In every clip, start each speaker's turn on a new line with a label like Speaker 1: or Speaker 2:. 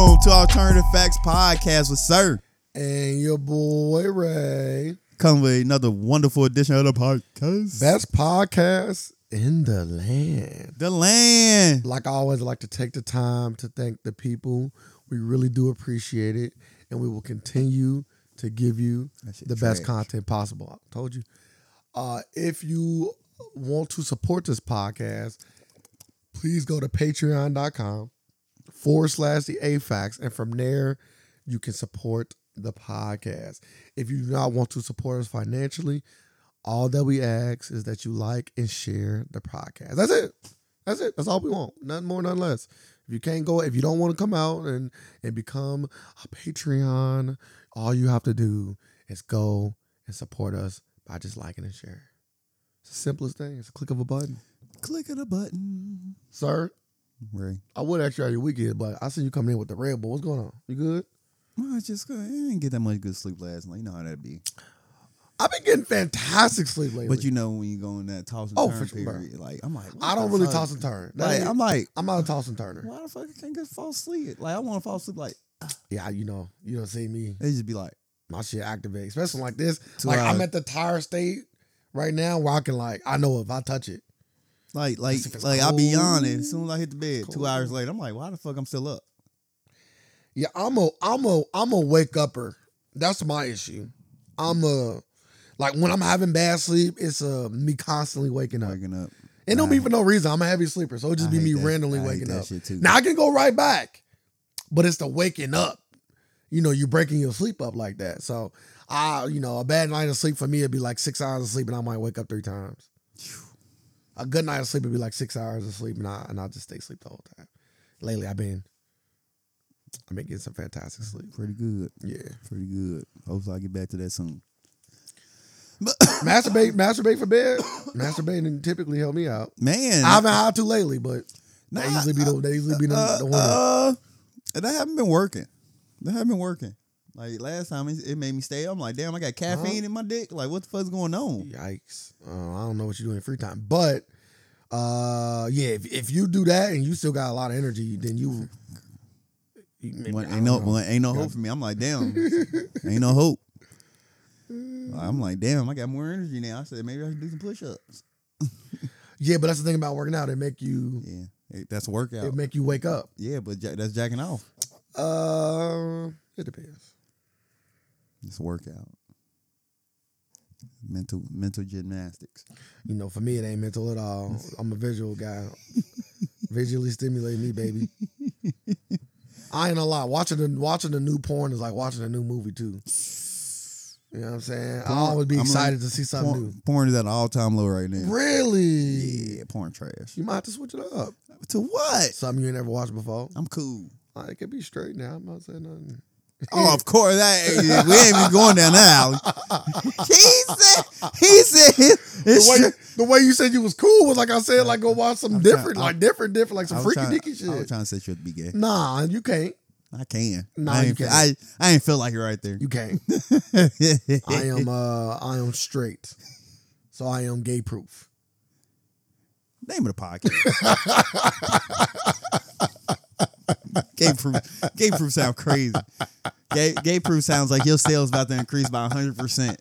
Speaker 1: Alternative Facts Podcast with Sir.
Speaker 2: And your boy Ray.
Speaker 1: Come with another wonderful edition of the podcast.
Speaker 2: Best podcast in the land.
Speaker 1: the land.
Speaker 2: Like I always like to take the time to thank the people. We really do appreciate it. And we will continue to give you
Speaker 1: That shit
Speaker 2: the best
Speaker 1: trash.
Speaker 2: content possible. I told you. Uh, if you want to support this podcast, please go to patreon.com forward slash the AFAX. And from there, you can support the podcast. If you do not want to support us financially, all that we ask is that you like and share the podcast. That's it. That's it. That's all we want. Nothing more, nothing less. If you can't go, if you don't want to come out and and become a Patreon, all you have to do is go and support us by just liking and sharing. It's the simplest thing. It's a click of a button.
Speaker 1: Click of the button.
Speaker 2: Sir,
Speaker 1: Ray.
Speaker 2: I would ask you how your weekend, but I see you coming in with the Red Bull. What's going on? You good?
Speaker 1: Well, it's just good. I didn't get that much good sleep last night. You know how that be.
Speaker 2: I've been getting fantastic sleep lately.
Speaker 1: But you know when you go in that toss and
Speaker 2: Oh,
Speaker 1: turn
Speaker 2: for sure, bro.
Speaker 1: period, like I'm like, what
Speaker 2: I don't
Speaker 1: the
Speaker 2: really
Speaker 1: fuck?
Speaker 2: toss and turn. That
Speaker 1: Like
Speaker 2: ain't-
Speaker 1: I'm like,
Speaker 2: I'm not a toss and turner.
Speaker 1: why the fuck I can't get fall asleep? Like I want to fall asleep. Like
Speaker 2: Yeah, you know, you don't see me.
Speaker 1: they just be like,
Speaker 2: My shit activate, especially like this.
Speaker 1: Two
Speaker 2: like I'm
Speaker 1: hours.
Speaker 2: at the tire state right now where I can like I know if I touch it.
Speaker 1: like, like,
Speaker 2: if it's
Speaker 1: like I'll be on it. As
Speaker 2: cold.
Speaker 1: soon as I hit the bed, two
Speaker 2: Cold.
Speaker 1: hours later, I'm like, why the fuck I'm still up?
Speaker 2: Yeah, I'm a I'm a I'm a wake upper. That's my issue. I'm a like when I'm having bad sleep, it's uh me constantly waking up.
Speaker 1: Waking up.
Speaker 2: And don't
Speaker 1: I-
Speaker 2: be for no reason. I'm a heavy sleeper, so it just
Speaker 1: I
Speaker 2: be
Speaker 1: hate
Speaker 2: me
Speaker 1: that-
Speaker 2: randomly
Speaker 1: I hate
Speaker 2: waking
Speaker 1: that
Speaker 2: up.
Speaker 1: shit too.
Speaker 2: Now I can go right back, but it's the waking up. You know, you're breaking your sleep up like that. So I, you know, a bad night of sleep for me would be like six hours of sleep, and I might wake up three times. A good night of sleep would be like six hours of sleep, and I and I just stay asleep the whole time. Lately, I've been, I've been getting some fantastic sleep.
Speaker 1: Pretty good.
Speaker 2: Yeah,
Speaker 1: Pretty good. Hopefully I get back to that soon.
Speaker 2: masturbate, masturbate for bed. Masturbating typically help me out.
Speaker 1: Man.
Speaker 2: I haven't had to lately, but
Speaker 1: Nah,
Speaker 2: that usually be the that usually be the,
Speaker 1: uh,
Speaker 2: the one. that-
Speaker 1: uh, that haven't been working. That haven't been working. Like last time, it, it made me stay. up. I'm like, damn, I got caffeine in my dick. Like, what the fuck's going on?
Speaker 2: Yikes! Uh, I don't know what you do in your free time, but uh, yeah, if, if you do that and you still got a lot of energy, then you, you
Speaker 1: When,
Speaker 2: I
Speaker 1: ain't no,
Speaker 2: don't know.
Speaker 1: when, ain't no hope
Speaker 2: God.
Speaker 1: for me. I'm like, damn, ain't no hope. Like, I'm like, damn, I got more energy now. I said maybe I should do some push-ups.
Speaker 2: yeah, but that's the thing about working out; it make you
Speaker 1: Yeah, it- that's a workout.
Speaker 2: it make you wake up.
Speaker 1: yeah, but ja- that's jacking off.
Speaker 2: Uh, it depends.
Speaker 1: It's a workout. Mental, mental gymnastics.
Speaker 2: You know, for me, it ain't mental at all. I'm a visual guy. Visually stimulate me, baby. I ain't a lot. Watching the watching the new porn is like watching a new movie too. You know what I'm saying? I
Speaker 1: Porn-
Speaker 2: always be
Speaker 1: I'm like,
Speaker 2: excited to see something new.
Speaker 1: Porn, porn is at an all-time low right now.
Speaker 2: Really?
Speaker 1: Yeah, porn trash.
Speaker 2: You might have to switch it up.
Speaker 1: To what?
Speaker 2: Something you ain't ever watched before.
Speaker 1: I'm cool.
Speaker 2: Like, it could be straight now. I'm not saying nothing.
Speaker 1: Oh, of course. That, we ain't even going down that alley. he said, he said, it's
Speaker 2: The way,
Speaker 1: straight-
Speaker 2: the way you said you was cool was like I said, like go watch some
Speaker 1: I'm trying-
Speaker 2: different,
Speaker 1: I'm-
Speaker 2: like different, different, like
Speaker 1: I
Speaker 2: some
Speaker 1: was
Speaker 2: freaky
Speaker 1: trying-
Speaker 2: dicky
Speaker 1: I was
Speaker 2: shit.
Speaker 1: trying to set you up to be gay.
Speaker 2: Nah, you can't.
Speaker 1: I can.
Speaker 2: Nah,
Speaker 1: I
Speaker 2: you
Speaker 1: ain't, feel-
Speaker 2: can't.
Speaker 1: I, I ain't feel like it right there.
Speaker 2: You can't. I am uh I am straight. So I am gay proof.
Speaker 1: Name of the podcast. gay proof. Gay proof sound crazy. Gay, gay proof sounds like your sales about to increase by 100%.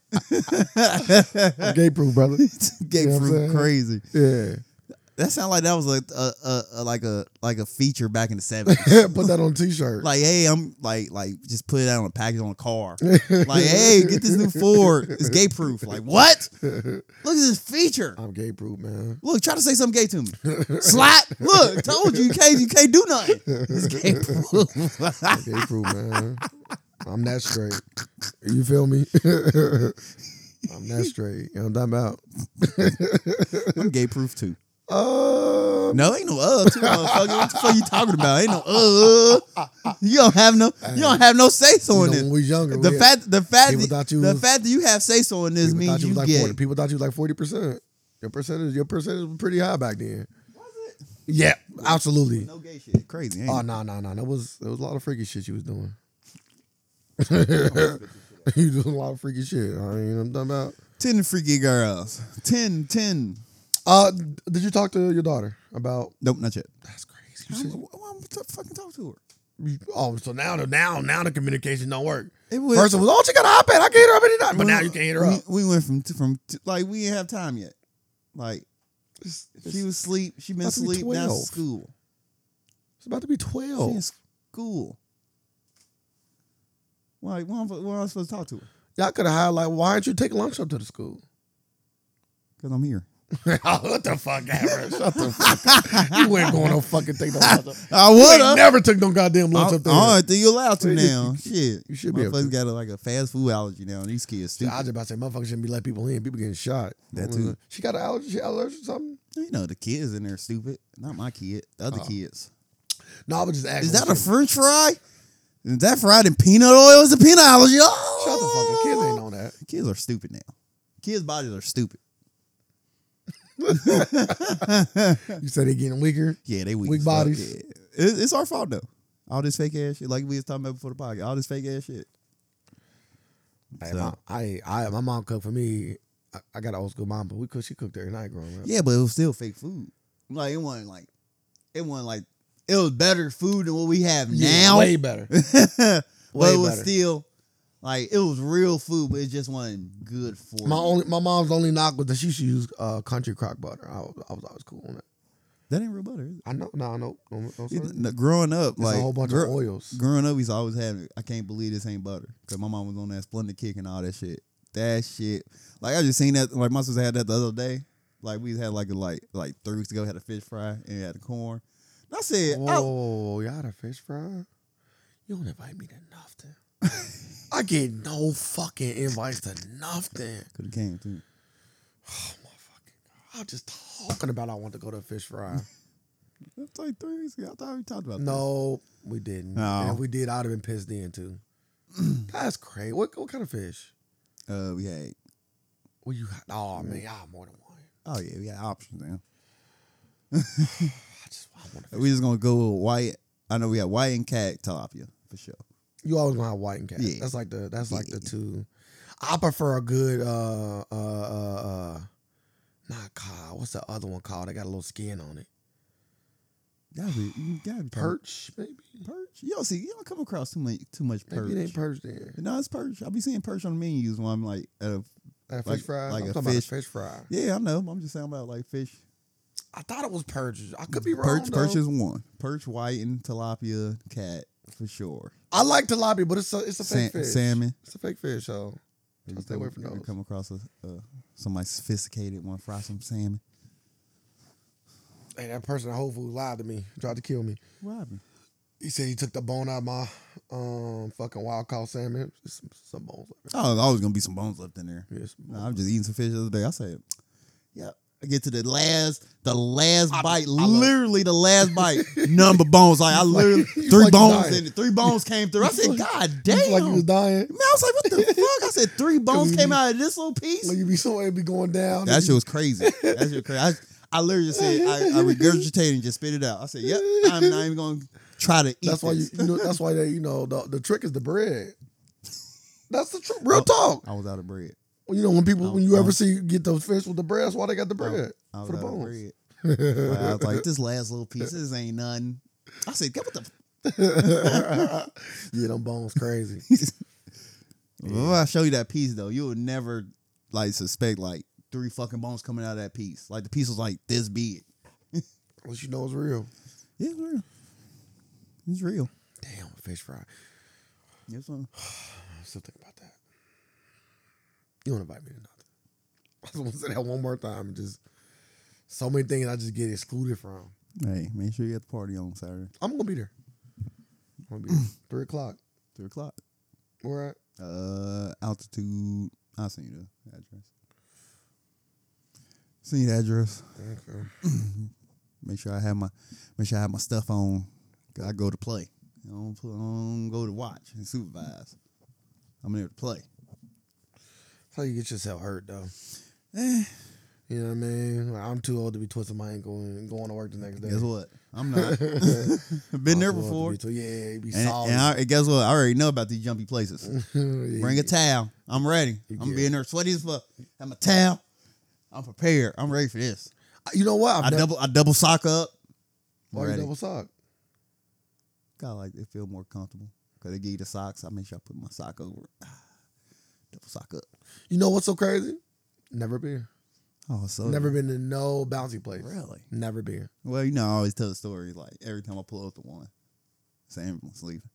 Speaker 2: I'm gay proof, brother.
Speaker 1: gay
Speaker 2: You know what I'm
Speaker 1: proof
Speaker 2: saying?
Speaker 1: crazy.
Speaker 2: Yeah.
Speaker 1: That sound like that was a, a, a, a like a like a feature back in the 70s.
Speaker 2: Put that on a t-shirt.
Speaker 1: like, hey, I'm like, like, just put it out on a package on a car. like, hey, get this new Ford. It's gay proof. Like, what? Look at this feature.
Speaker 2: I'm gay proof, man.
Speaker 1: Look, try to say something gay to me. Slap. Look, told you you can't you can't do nothing. It's gay proof.
Speaker 2: Gay proof, man. I'm that straight. You feel me? I'm that straight. You know what I'm talking about?
Speaker 1: I'm gay proof too.
Speaker 2: Uh,
Speaker 1: No, ain't no uh too motherfucker. What the fuck you talking about? Ain't no uh. You don't have no you don't have no say so
Speaker 2: you
Speaker 1: in
Speaker 2: know,
Speaker 1: this.
Speaker 2: when we younger,
Speaker 1: The
Speaker 2: we-
Speaker 1: fact the fact
Speaker 2: People
Speaker 1: that,
Speaker 2: thought you
Speaker 1: the
Speaker 2: was-
Speaker 1: fact that you have say so in this
Speaker 2: people
Speaker 1: means
Speaker 2: thought you
Speaker 1: you
Speaker 2: was like
Speaker 1: gay.
Speaker 2: 40, people thought you was like forty percent. Your percentage, your percentage was pretty high back then. Yeah, absolutely.
Speaker 1: No gay shit. Crazy. Ain't
Speaker 2: Oh
Speaker 1: it?
Speaker 2: no no no, that was that was a lot of freaky shit you was doing. you doing a lot of freaky shit. I mean, you know what I'm talking about.
Speaker 1: 10 freaky girls. 10, 10.
Speaker 2: Uh, did you talk to your daughter about?
Speaker 1: Nope, not yet.
Speaker 2: That's crazy.
Speaker 1: I'm, I'm, I'm t- fucking talk to her.
Speaker 2: You- Oh, so now the now now the communication don't work.
Speaker 1: It was,
Speaker 2: First it was, oh, she got an iPad. I can hit her up anytime. But now you can't hit her
Speaker 1: we,
Speaker 2: up.
Speaker 1: We went from from like we didn't have time yet. Like
Speaker 2: It's,
Speaker 1: she was asleep. She been
Speaker 2: Must be
Speaker 1: asleep. Now
Speaker 2: 12.
Speaker 1: she's school.
Speaker 2: it's about to be
Speaker 1: She
Speaker 2: twelve.
Speaker 1: in school. Why? Why am I- why am I supposed to talk to her?
Speaker 2: Y'all could have highlighted. Why didn't you take lunch up to the school? oh,
Speaker 1: Because I'm here.
Speaker 2: what the fuck, Amber? Shut the fuck up. You ain't going no fucking take no lunch up.
Speaker 1: I
Speaker 2: You
Speaker 1: would
Speaker 2: ain't
Speaker 1: have.
Speaker 2: never took no goddamn lunch
Speaker 1: I
Speaker 2: up there.
Speaker 1: don't think you're allowed to
Speaker 2: Well, you-
Speaker 1: now. Shit,
Speaker 2: you should be able
Speaker 1: Motherfuckers
Speaker 2: to.
Speaker 1: got a, like a fast food allergy now, and these kids
Speaker 2: See, I
Speaker 1: stupid.
Speaker 2: was about to say, motherfuckers shouldn't be letting people in. People getting shot. Mm-hmm.
Speaker 1: That too.
Speaker 2: She got an allergy, she allergic or something?
Speaker 1: You know the kids in there stupid. Not my kid. The other
Speaker 2: Oh.
Speaker 1: kids.
Speaker 2: No, I was just asking.
Speaker 1: Is that a French fry? Is that fried in peanut oil? Is a peanut allergy? Oh!
Speaker 2: Shut the fuck up. Kids ain't on that.
Speaker 1: Kids are stupid now. Kids' bodies are stupid.
Speaker 2: You said they getting weaker.
Speaker 1: Yeah, they weak.
Speaker 2: Weak
Speaker 1: as fuck.
Speaker 2: bodies.
Speaker 1: Yeah. It- it's our fault though. All this fake ass shit, like we was talking about before the podcast. All this fake ass shit.
Speaker 2: Hey,
Speaker 1: So-
Speaker 2: my, I, I, my mom cooked for me. I, I got an old school mom, but we cooked. She cooked every night growing up.
Speaker 1: Yeah, but it was still fake food. Like it wasn't like it wasn't like it was better food than what we have now.
Speaker 2: way better.
Speaker 1: but
Speaker 2: Way
Speaker 1: it was
Speaker 2: better.
Speaker 1: still like it was real food, but it just wasn't good for
Speaker 2: My
Speaker 1: you.
Speaker 2: only, my mom's only knock was that she used to use uh, country crock butter. I, was- I was always cool on that.
Speaker 1: That ain't real butter. Is it?
Speaker 2: I know, no, I know. No, no, no,
Speaker 1: It-
Speaker 2: sir.
Speaker 1: no, growing up,
Speaker 2: It's
Speaker 1: like
Speaker 2: a whole bunch
Speaker 1: gr-
Speaker 2: of oils.
Speaker 1: growing up, he's always having. I can't believe this ain't butter because my mom was on that Splendid kick and all that shit. That shit, like I just seen that. Like my sister had that the other day. Like we had like a, like like three weeks ago had a fish fry and had a corn. And I said,
Speaker 2: Whoa,
Speaker 1: I-
Speaker 2: oh, y'all had a fish fry? You don't invite me to nothing. I get no fucking invites to nothing.
Speaker 1: Could have came too.
Speaker 2: Oh my fucking God. I'm just talking about I want to go to a fish fry.
Speaker 1: That's like three weeks ago. I thought we talked about that.
Speaker 2: no, we didn't.
Speaker 1: No.
Speaker 2: And if we did, I'd have been pissed then too. That's crazy. What what kind of fish?
Speaker 1: No, uh, we had.
Speaker 2: Well you oh man, y'all more than one.
Speaker 1: Oh yeah, we had options now.
Speaker 2: I just I want to
Speaker 1: We just gonna go with white. I know we had white and cat tilapia for sure.
Speaker 2: You always gonna have white and cat.
Speaker 1: Yeah.
Speaker 2: That's like the that's like the
Speaker 1: Yeah.
Speaker 2: two. I prefer a good uh uh uh uh not cod. What's the other one called? They got a little skin on it.
Speaker 1: Gotta be, you gotta be
Speaker 2: Perch, maybe.
Speaker 1: Perch. You don't see. You don't come across too much. Too much
Speaker 2: Maybe
Speaker 1: perch.
Speaker 2: it ain't perch there.
Speaker 1: No, it's perch. I be seeing perch on the menus when I'm like, at a,
Speaker 2: Like a Uh, fish
Speaker 1: Like-
Speaker 2: fry.
Speaker 1: like
Speaker 2: I'm
Speaker 1: a
Speaker 2: talking
Speaker 1: fish-
Speaker 2: about a fish fry.
Speaker 1: yeah, I know. I'm just saying about like fish.
Speaker 2: I thought it was perch. I could be wrong.
Speaker 1: Perch,
Speaker 2: though.
Speaker 1: perch is one. Perch, white, and tilapia, cat for sure.
Speaker 2: I like tilapia, but it's a it's a fake
Speaker 1: Sa-
Speaker 2: fish.
Speaker 1: salmon.
Speaker 2: It's a fake fish, so
Speaker 1: If
Speaker 2: I'll
Speaker 1: you
Speaker 2: stay
Speaker 1: come-
Speaker 2: away from
Speaker 1: if you
Speaker 2: those.
Speaker 1: Come across a, uh, somebody sophisticated one fry some salmon.
Speaker 2: hey, that person at Whole Foods lied to me, tried to kill me.
Speaker 1: What happened?
Speaker 2: He said he took the bone out of my um fucking wild caught salmon. There's Some, some bones. left.
Speaker 1: Oh, there's always gonna be some bones left in there.
Speaker 2: Yeah, some bones.
Speaker 1: Nah, I'm just eating some fish the other day. I said, yeah. I get to the last, the last
Speaker 2: I-
Speaker 1: bite,
Speaker 2: I love-
Speaker 1: literally the last bite, number bones. Like I literally
Speaker 2: you
Speaker 1: three
Speaker 2: like
Speaker 1: bones
Speaker 2: dying.
Speaker 1: in it. Three bones came through. I said, God damn.
Speaker 2: Like you was dying.
Speaker 1: Man, I was like, what the fuck? I said three bones came out of this little piece.
Speaker 2: Like you be so it'd be going down.
Speaker 1: That shit was crazy. That shit was crazy. I, I literally just said I, I regurgitated and just spit it out. I said, Yep, I'm not even gonna try to eat.
Speaker 2: That's why you,
Speaker 1: this.
Speaker 2: you know, that's why they you know the, the trick is the bread. That's the truth. Real talk.
Speaker 1: I was out of bread.
Speaker 2: Oh. You know when people when you
Speaker 1: I-
Speaker 2: ever see get those fish with the bread, that's why they Oh, got the bread
Speaker 1: I was
Speaker 2: for the
Speaker 1: out of
Speaker 2: bones.
Speaker 1: bread. Like, I was like, this last little piece, this ain't none. I said, "God, what the
Speaker 2: yeah, them bones crazy.
Speaker 1: Well, if I show you that piece though, you would never like suspect like three fucking bones coming out of that piece. Like the piece was like this big.
Speaker 2: Unless you know it's real.
Speaker 1: Yeah, it's real. It's real.
Speaker 2: Damn, fish fry.
Speaker 1: Yes, sir.
Speaker 2: I'm still thinking about that. You don't invite me to nothing. I just want to say that one more time. Just so many things I just get excluded from.
Speaker 1: Hey, make sure you at the party on Saturday,
Speaker 2: I'm gonna be there. I'm gonna be there. Three o'clock.
Speaker 1: three o'clock.
Speaker 2: We're at
Speaker 1: Uh, altitude. I'll send you the address. Send you the address.
Speaker 2: okay.
Speaker 1: Make sure I have my, make sure I have my stuff on. 'Cause I go to play. I don't, put, I don't go to watch and supervise. I'm there to play.
Speaker 2: That's how you get yourself hurt though.
Speaker 1: Eh,
Speaker 2: You know what I mean? Like, I'm too old to be twisting my ankle and going to work the next day.
Speaker 1: guess what? I'm not.
Speaker 2: I'm
Speaker 1: Been there
Speaker 2: too old to
Speaker 1: before.
Speaker 2: be too- yeah, it be
Speaker 1: And,
Speaker 2: solid.
Speaker 1: and, I, and guess what? I already know about these jumpy places.
Speaker 2: Yeah,
Speaker 1: Bring a towel. I'm ready.
Speaker 2: You
Speaker 1: I'm
Speaker 2: good.
Speaker 1: being there sweaty as fuck. Have my towel. I'm prepared. I'm ready for this.
Speaker 2: you know what? I've
Speaker 1: I
Speaker 2: never-
Speaker 1: double I double sock up. I'm
Speaker 2: Why you
Speaker 1: ready.
Speaker 2: double sock?
Speaker 1: Kind of like they feel more comfortable because they give you the socks. I make sure I put my sock over, it. double sock up.
Speaker 2: You know what's so crazy? Never been. here.
Speaker 1: Oh, so
Speaker 2: Never been to no bouncy place.
Speaker 1: really.
Speaker 2: Never been. here.
Speaker 1: Well, you know, I always tell the story. Like every time I pull up to one, it's an ambulance leaving.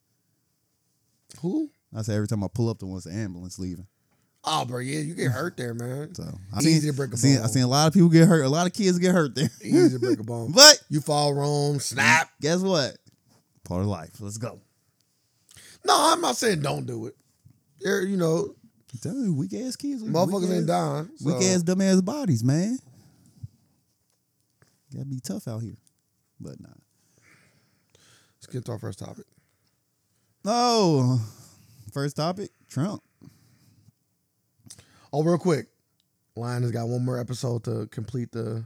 Speaker 2: Who?
Speaker 1: I say every time I pull up to one, it's an ambulance leaving.
Speaker 2: Oh, bro, yeah, you get hurt there, man.
Speaker 1: So I
Speaker 2: It's
Speaker 1: seen,
Speaker 2: easy to break a
Speaker 1: I seen, I
Speaker 2: bone.
Speaker 1: seen a lot of people get hurt. A lot of kids get hurt there.
Speaker 2: Easy to break a bone.
Speaker 1: But
Speaker 2: You fall wrong, snap.
Speaker 1: guess what? Part of life. Let's go.
Speaker 2: No, I'm not saying don't do it. You're, you know,
Speaker 1: Dude, weak ass kids. we-
Speaker 2: motherfuckers
Speaker 1: weak
Speaker 2: ain't
Speaker 1: ass-
Speaker 2: dying. So.
Speaker 1: Weak ass, dumb ass bodies, man. Gotta be tough out here, but nah.
Speaker 2: Let's get to our first topic.
Speaker 1: No. First topic: Trump.
Speaker 2: Oh, real quick. Lion has got one more episode to complete the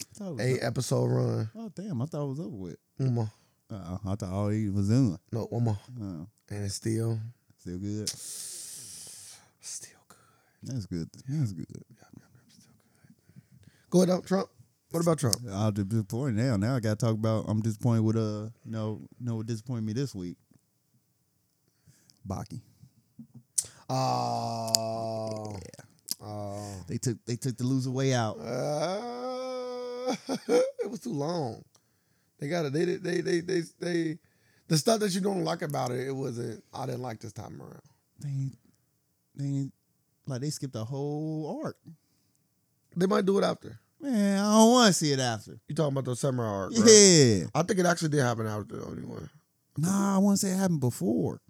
Speaker 1: I thought it was
Speaker 2: eight episode run.
Speaker 1: o- Oh damn! I thought it was over with.
Speaker 2: One more.
Speaker 1: Uh, I thought all he was doing.
Speaker 2: No, one more.
Speaker 1: Uh,
Speaker 2: And it's still,
Speaker 1: still good.
Speaker 2: still good.
Speaker 1: That's good. That's good.
Speaker 2: Go ahead, out, Trump. What about Trump?
Speaker 1: I'm just disappointed now. Now I gotta talk about. I'm disappointed with uh. No, no, what disappointed me this week. Baki.
Speaker 2: Oh. Oh.
Speaker 1: They took they took the loser way out.
Speaker 2: Uh, it was too long. They got it. They did. They, they they they the stuff that you don't like about it. It wasn't. I didn't like this time around.
Speaker 1: They ain't- they ain't- like they skipped a whole arc.
Speaker 2: They might do it after.
Speaker 1: Man, I don't want to see it after.
Speaker 2: You talking about the samurai arc? Right?
Speaker 1: Yeah.
Speaker 2: I think it actually did happen after though, anyway.
Speaker 1: Nah, I want to say it happened before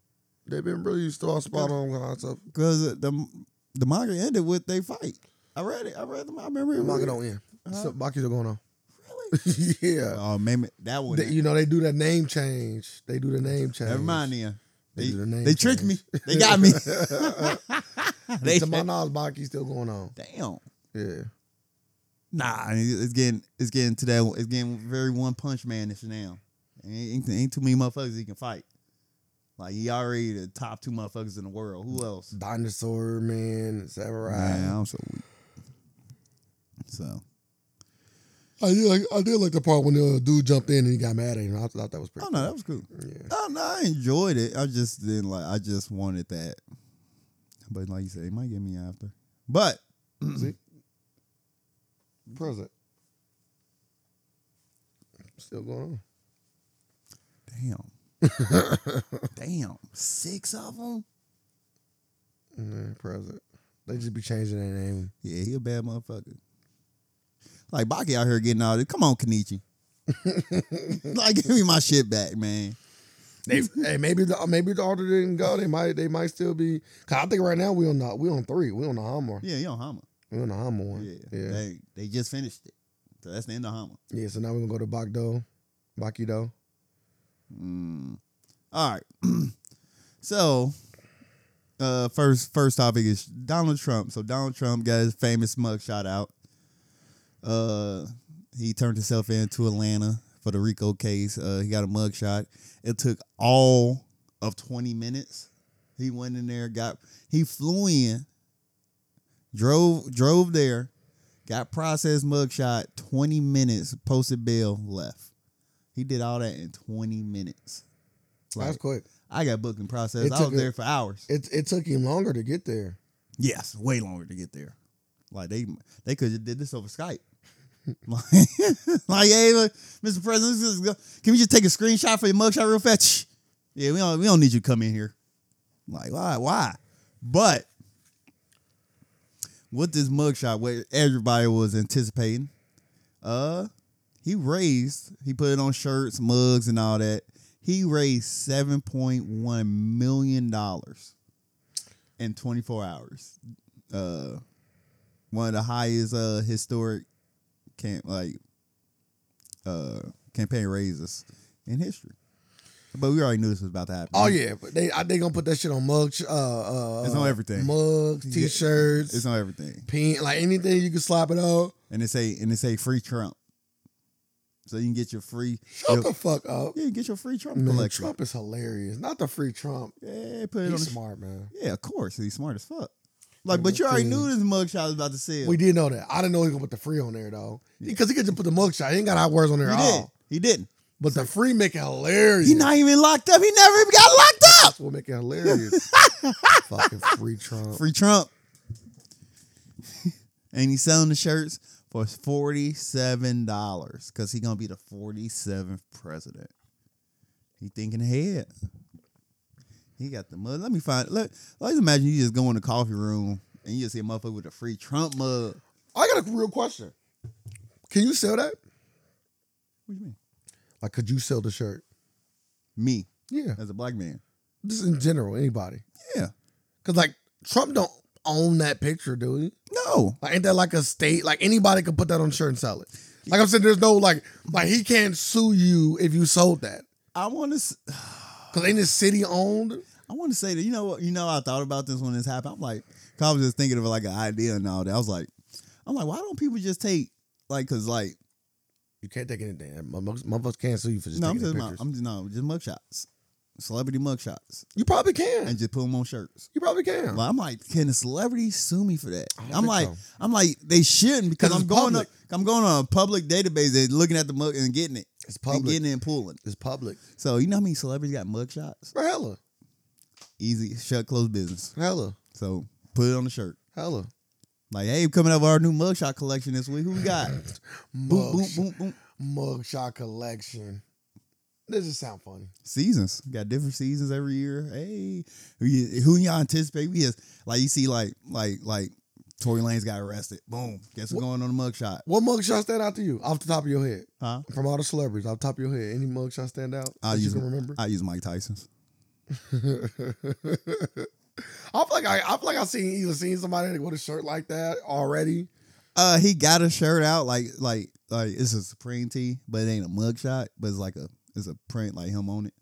Speaker 2: They've been really still spot on with that stuff.
Speaker 1: because uh, the the manga ended with they fight. I read it. I read the. I remember it.
Speaker 2: I'm not gonna end. So Baki's are going on.
Speaker 1: Really?
Speaker 2: Uh-huh. yeah.
Speaker 1: Oh, maybe that one.
Speaker 2: They- you know they do that name change. They do the name change.
Speaker 1: Never mind then.
Speaker 2: They
Speaker 1: They,
Speaker 2: do the name
Speaker 1: they tricked me.
Speaker 2: change.
Speaker 1: They got me. they
Speaker 2: to my knowledge, Baki's still going on.
Speaker 1: damn.
Speaker 2: Yeah.
Speaker 1: Nah, it's getting it's getting to that. It's getting very one punch manish now. Ain't, ain't, ain't too many motherfuckers he can fight. Like he already the top two motherfuckers in the world. Who else?
Speaker 2: Dinosaur man, samurai.
Speaker 1: Man, I'm so weak. So
Speaker 2: I did like I did like the part when the dude jumped in and he got mad at him. I thought that was pretty.
Speaker 1: oh no, that was cool.
Speaker 2: cool. Yeah.
Speaker 1: Oh no, I enjoyed it. I just didn't like. I just wanted that. But like you said, it might get me after. But
Speaker 2: Present. Still going on.
Speaker 1: damn, damn, six of them.
Speaker 2: Yeah, Mm, present. They just be changing their name.
Speaker 1: Yeah, he a bad motherfucker. Like Baki out here getting all this. Come on, Kenichi. like, give me my shit back, man.
Speaker 2: They, hey, maybe the maybe the order didn't go. They might they might still be. Cause I think right now we on the, we on three. We on the Hummer.
Speaker 1: Yeah, you on Hama.
Speaker 2: We on the Hummer one.
Speaker 1: Yeah,
Speaker 2: yeah.
Speaker 1: They they just finished it, so that's the end of Hama.
Speaker 2: Yeah, So now we're gonna go to Bakdo, Bakido.
Speaker 1: Mm. All right. so, uh, first first topic is Donald Trump. So Donald Trump got his famous mug shot out. Uh, he turned himself into Atlanta for the Rico case. Uh, he got a mug shot. It took all of twenty minutes. He went in there, got he flew in, drove drove there, got processed mug shot. Twenty minutes, posted bail, left. He did all that in 20 minutes.
Speaker 2: That's
Speaker 1: Like,
Speaker 2: quick.
Speaker 1: I got booked and processed.
Speaker 2: It
Speaker 1: I was
Speaker 2: took a-
Speaker 1: there for hours.
Speaker 2: It it took him longer to get there.
Speaker 1: Yes, way longer to get there. Like they they could have did this over Skype. like, like, hey, look, Mr. President, let's just go. can we just take a screenshot for your mugshot real fast? Shh. Yeah, we don't we don't need you to come in here. Like, why? Why? But with this mugshot, what everybody was anticipating, uh, he raised, he put it on shirts, mugs, and all that. He raised seven point one million dollars in twenty four hours. Uh, one of the highest uh historic camp like uh campaign raises in history. But we already knew this was about to happen.
Speaker 2: Oh yeah, but they I, they gonna put that shit on mugs. Uh, uh,
Speaker 1: It's on everything.
Speaker 2: Mugs,
Speaker 1: Yeah.
Speaker 2: t-shirts,
Speaker 1: It's on everything.
Speaker 2: pin, like anything you can slap it on.
Speaker 1: and they say and they say free Trump. So you can get your free
Speaker 2: Shut
Speaker 1: your-
Speaker 2: the fuck up.
Speaker 1: yeah, you get your free Trump
Speaker 2: Man,
Speaker 1: collection.
Speaker 2: Trump is hilarious. Not the free Trump.
Speaker 1: Yeah, put it on.
Speaker 2: He's
Speaker 1: The,
Speaker 2: smart, man.
Speaker 1: yeah, of course he's smart as fuck. Like,
Speaker 2: Yeah,
Speaker 1: but you already
Speaker 2: yeah.
Speaker 1: knew this mugshot was about to sell.
Speaker 2: We did know that. I didn't know he was gonna put the free on there though, because he could just put the mugshot. He ain't got hot words on there
Speaker 1: he
Speaker 2: at
Speaker 1: did.
Speaker 2: all.
Speaker 1: He didn't.
Speaker 2: But the free make it hilarious.
Speaker 1: He not even locked up. He never even got locked up.
Speaker 2: That's what make it hilarious. Fucking free Trump.
Speaker 1: Free Trump. and he's selling the shirts for $47 because he's going to be the 47th president. He thinking ahead. He got the mug. Let me find. Let, let's imagine you just go in the coffee room and you just see a motherfucker with a free Trump mug.
Speaker 2: I got a real question. Can you sell that?
Speaker 1: What do you mean?
Speaker 2: Like, could you sell the shirt?
Speaker 1: Me
Speaker 2: Yeah.
Speaker 1: as a black man.
Speaker 2: Just in general, anybody.
Speaker 1: Yeah.
Speaker 2: Cause like Trump don't own that picture, do he?
Speaker 1: No.
Speaker 2: Like, ain't that like a state? Like anybody could put that on a shirt and sell it. Like I'm saying, there's no like, like he can't sue you if you sold that.
Speaker 1: I want to.
Speaker 2: Cause ain't it city owned?
Speaker 1: I want to say that you know what you know. I thought about this when this happened. I'm like, 'cause I was just thinking of like an idea and all that. I was like, I'm like, why don't people just take like, cause like,
Speaker 2: You can't take anything. Motherfuckers motherfuckers can't sue you for just
Speaker 1: no, I'm
Speaker 2: taking
Speaker 1: just,
Speaker 2: their
Speaker 1: my,
Speaker 2: pictures.
Speaker 1: I'm just no, just mugshots, celebrity mugshots,
Speaker 2: you probably can.
Speaker 1: and just put them on shirts.
Speaker 2: you probably can.
Speaker 1: Like, I'm like, can a celebrity sue me for that?
Speaker 2: I don't
Speaker 1: I'm
Speaker 2: think
Speaker 1: like,
Speaker 2: so.
Speaker 1: I'm like, they shouldn't because
Speaker 2: 'Cause
Speaker 1: I'm
Speaker 2: it's
Speaker 1: going
Speaker 2: public.
Speaker 1: up, I'm going on a public database and looking at the mug and getting it
Speaker 2: It's
Speaker 1: and
Speaker 2: public.
Speaker 1: getting it and pulling.
Speaker 2: It's public.
Speaker 1: So you know how many celebrities got mugshots?
Speaker 2: For hella,
Speaker 1: Easy, shut, close business.
Speaker 2: hella,
Speaker 1: So put it on the shirt.
Speaker 2: hella.
Speaker 1: Like, hey, coming up with our new mugshot collection this week. Who we got? boom, boom,
Speaker 2: Mugshot
Speaker 1: boom, boom.
Speaker 2: mugshot collection. This just sound funny.
Speaker 1: Seasons got different seasons every year. Hey, who, you, who y'all anticipate? We just like you see, like like like Tory Lanez got arrested. Boom. Guess what's
Speaker 2: What-
Speaker 1: going on the mugshot?
Speaker 2: What mugshot stand out to you off the top of your head?
Speaker 1: Huh?
Speaker 2: From all the celebrities, off the top of your head, any mugshot stand out
Speaker 1: I
Speaker 2: that you
Speaker 1: use
Speaker 2: can
Speaker 1: it.
Speaker 2: remember?
Speaker 1: Ah, I use Mike Tyson's.
Speaker 2: I feel like I, I feel like I seen either seen somebody with a shirt like that already.
Speaker 1: Uh, he got a shirt out like like like it's a Supreme tee, but it ain't a mugshot, but it's like a it's a print like him on it.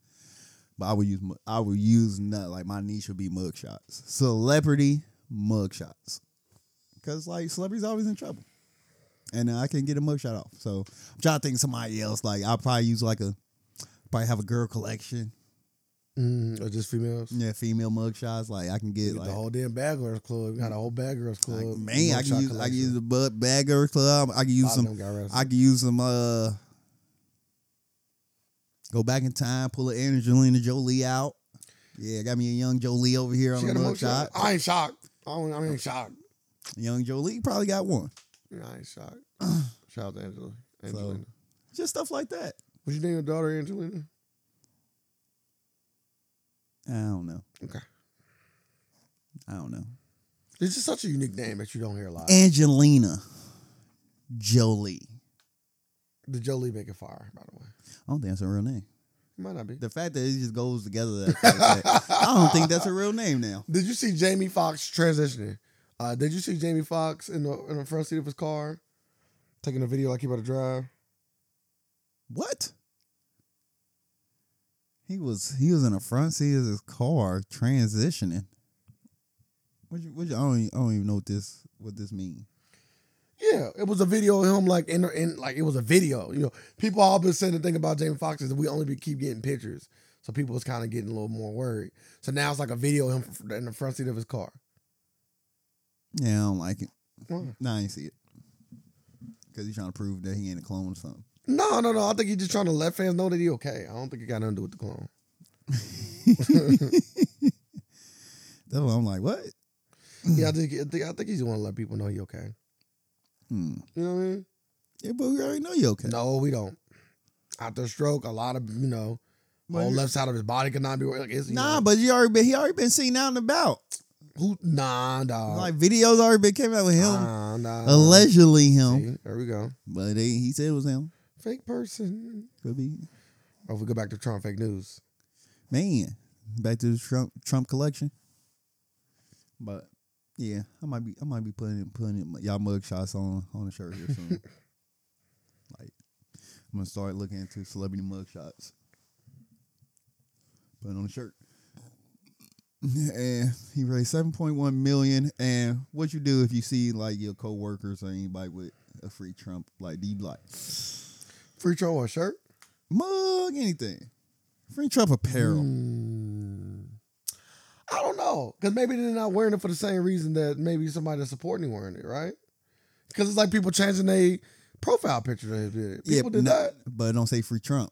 Speaker 1: But I would use mu- I would use nut like my niche would be mugshots, celebrity mugshots, because like celebrities always in trouble, and uh, I can get a mugshot off. So I'm trying to think of somebody else. Like I'll probably use like a probably have a girl collection,
Speaker 2: Mm, or just females.
Speaker 1: yeah, female mugshots. Like I can get
Speaker 2: Get
Speaker 1: like
Speaker 2: the whole damn bad girls club. We got a whole bad girls club.
Speaker 1: like, man, I can use I
Speaker 2: mugshot
Speaker 1: can
Speaker 2: collection.
Speaker 1: use the bud bad girl club. I can
Speaker 2: A
Speaker 1: use
Speaker 2: lot of
Speaker 1: some
Speaker 2: them got arrested.
Speaker 1: I could use some uh go back in time, pull an Angelina Jolie out. Yeah, got me a young Jolie over here on
Speaker 2: She
Speaker 1: the
Speaker 2: got a mugshot.
Speaker 1: mugshot.
Speaker 2: I ain't shocked. I, don't, I ain't shocked.
Speaker 1: Young Jolie probably got one.
Speaker 2: I ain't shocked. Shout out to Angela. Angelina.
Speaker 1: Just stuff like that.
Speaker 2: What's your name, your daughter, Angelina?
Speaker 1: I don't know.
Speaker 2: Okay.
Speaker 1: I don't know.
Speaker 2: It's just such a unique name that you don't hear a lot.
Speaker 1: Angelina Jolie.
Speaker 2: the Jolie make it fire, by the way.
Speaker 1: I don't think that's a real name.
Speaker 2: It might not be.
Speaker 1: The fact that it just goes together like that, I don't think that's a real name now.
Speaker 2: Did you see Jamie Foxx transitioning? Uh, did you see Jamie Foxx in the in the front seat of his car taking a video like he about to drive?
Speaker 1: What? He was he was in the front seat of his car transitioning. What you, what you, I, don't, even- I don't even know what this what this means.
Speaker 2: Yeah, it was a video of him like in, the- in like it was a video. You know, people all been saying the thing about Jamie Foxx is that we only be keep getting pictures, so people was kind of getting a little more worried. So now it's like a video of him f- in the front seat of his car.
Speaker 1: Yeah, I don't like it.
Speaker 2: Why?
Speaker 1: No, I ain't see it. Cause he's trying to prove that he ain't a clone or something.
Speaker 2: No, no, no. I think he's just trying to let fans know that he okay. I don't think it got nothing to do with the clone.
Speaker 1: That's why I'm like, what?
Speaker 2: yeah, I think, I think I think he's want to let people know he okay.
Speaker 1: Hmm.
Speaker 2: You know what I mean?
Speaker 1: Yeah, but we already know you okay.
Speaker 2: No, we don't. After stroke, a lot of you know,
Speaker 1: Well,
Speaker 2: whole
Speaker 1: you-
Speaker 2: left side of his body could not be working. Like, it's, you
Speaker 1: Nah,
Speaker 2: know,
Speaker 1: but you already been he already been seen out and about.
Speaker 2: who? Nah, dog.
Speaker 1: like videos already been came out with him.
Speaker 2: nah, nah.
Speaker 1: allegedly him.
Speaker 2: uh, See, there we go.
Speaker 1: But they, he said it was him.
Speaker 2: Fake person.
Speaker 1: Could be.
Speaker 2: Or if we go back to Trump fake news,
Speaker 1: Man, back to the Trump Trump collection. But yeah, I might be I might be putting putting y'all mug shots on on the shirt here soon. like I'm gonna start looking into celebrity mug shots. Put it on the shirt. And he raised seven point one million. And what you do if you see like your coworkers or anybody with a free Trump, like do you be like
Speaker 2: free throw or shirt?
Speaker 1: mug anything? Free Trump apparel.
Speaker 2: Mm, I don't know, because maybe they're not wearing it for the same reason that maybe somebody that's supporting wearing it, right? Because it's like people changing their profile picture to his. People
Speaker 1: yeah,
Speaker 2: did
Speaker 1: no-
Speaker 2: that.
Speaker 1: But it don't say free Trump.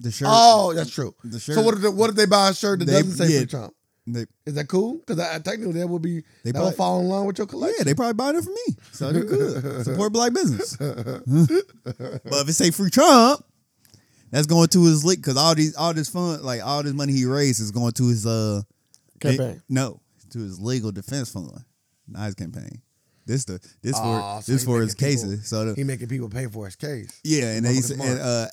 Speaker 1: The shirt.
Speaker 2: Oh, that's true.
Speaker 1: the shirt.
Speaker 2: So what if they, what if they buy a shirt that
Speaker 1: They-
Speaker 2: doesn't say
Speaker 1: yeah.
Speaker 2: free Trump?
Speaker 1: They,
Speaker 2: Is that cool? Because technically that would be
Speaker 1: They
Speaker 2: that would
Speaker 1: probably-
Speaker 2: fall in line with your collection.
Speaker 1: oh, yeah, they probably buying it from me. So they're good. Support black business. but if it say free Trump, that's going to his lick because all these all this fund, like all this money he raised, is going to his uh
Speaker 2: Campaign.
Speaker 1: it- no, to his legal defense fund, not his campaign. This the this
Speaker 2: Oh,
Speaker 1: for
Speaker 2: so
Speaker 1: this
Speaker 2: he
Speaker 1: for
Speaker 2: making
Speaker 1: his
Speaker 2: people-
Speaker 1: cases. So the,
Speaker 2: He making people pay for his case.
Speaker 1: Yeah, and they
Speaker 2: Motherfucker's
Speaker 1: and,
Speaker 2: mark.
Speaker 1: uh,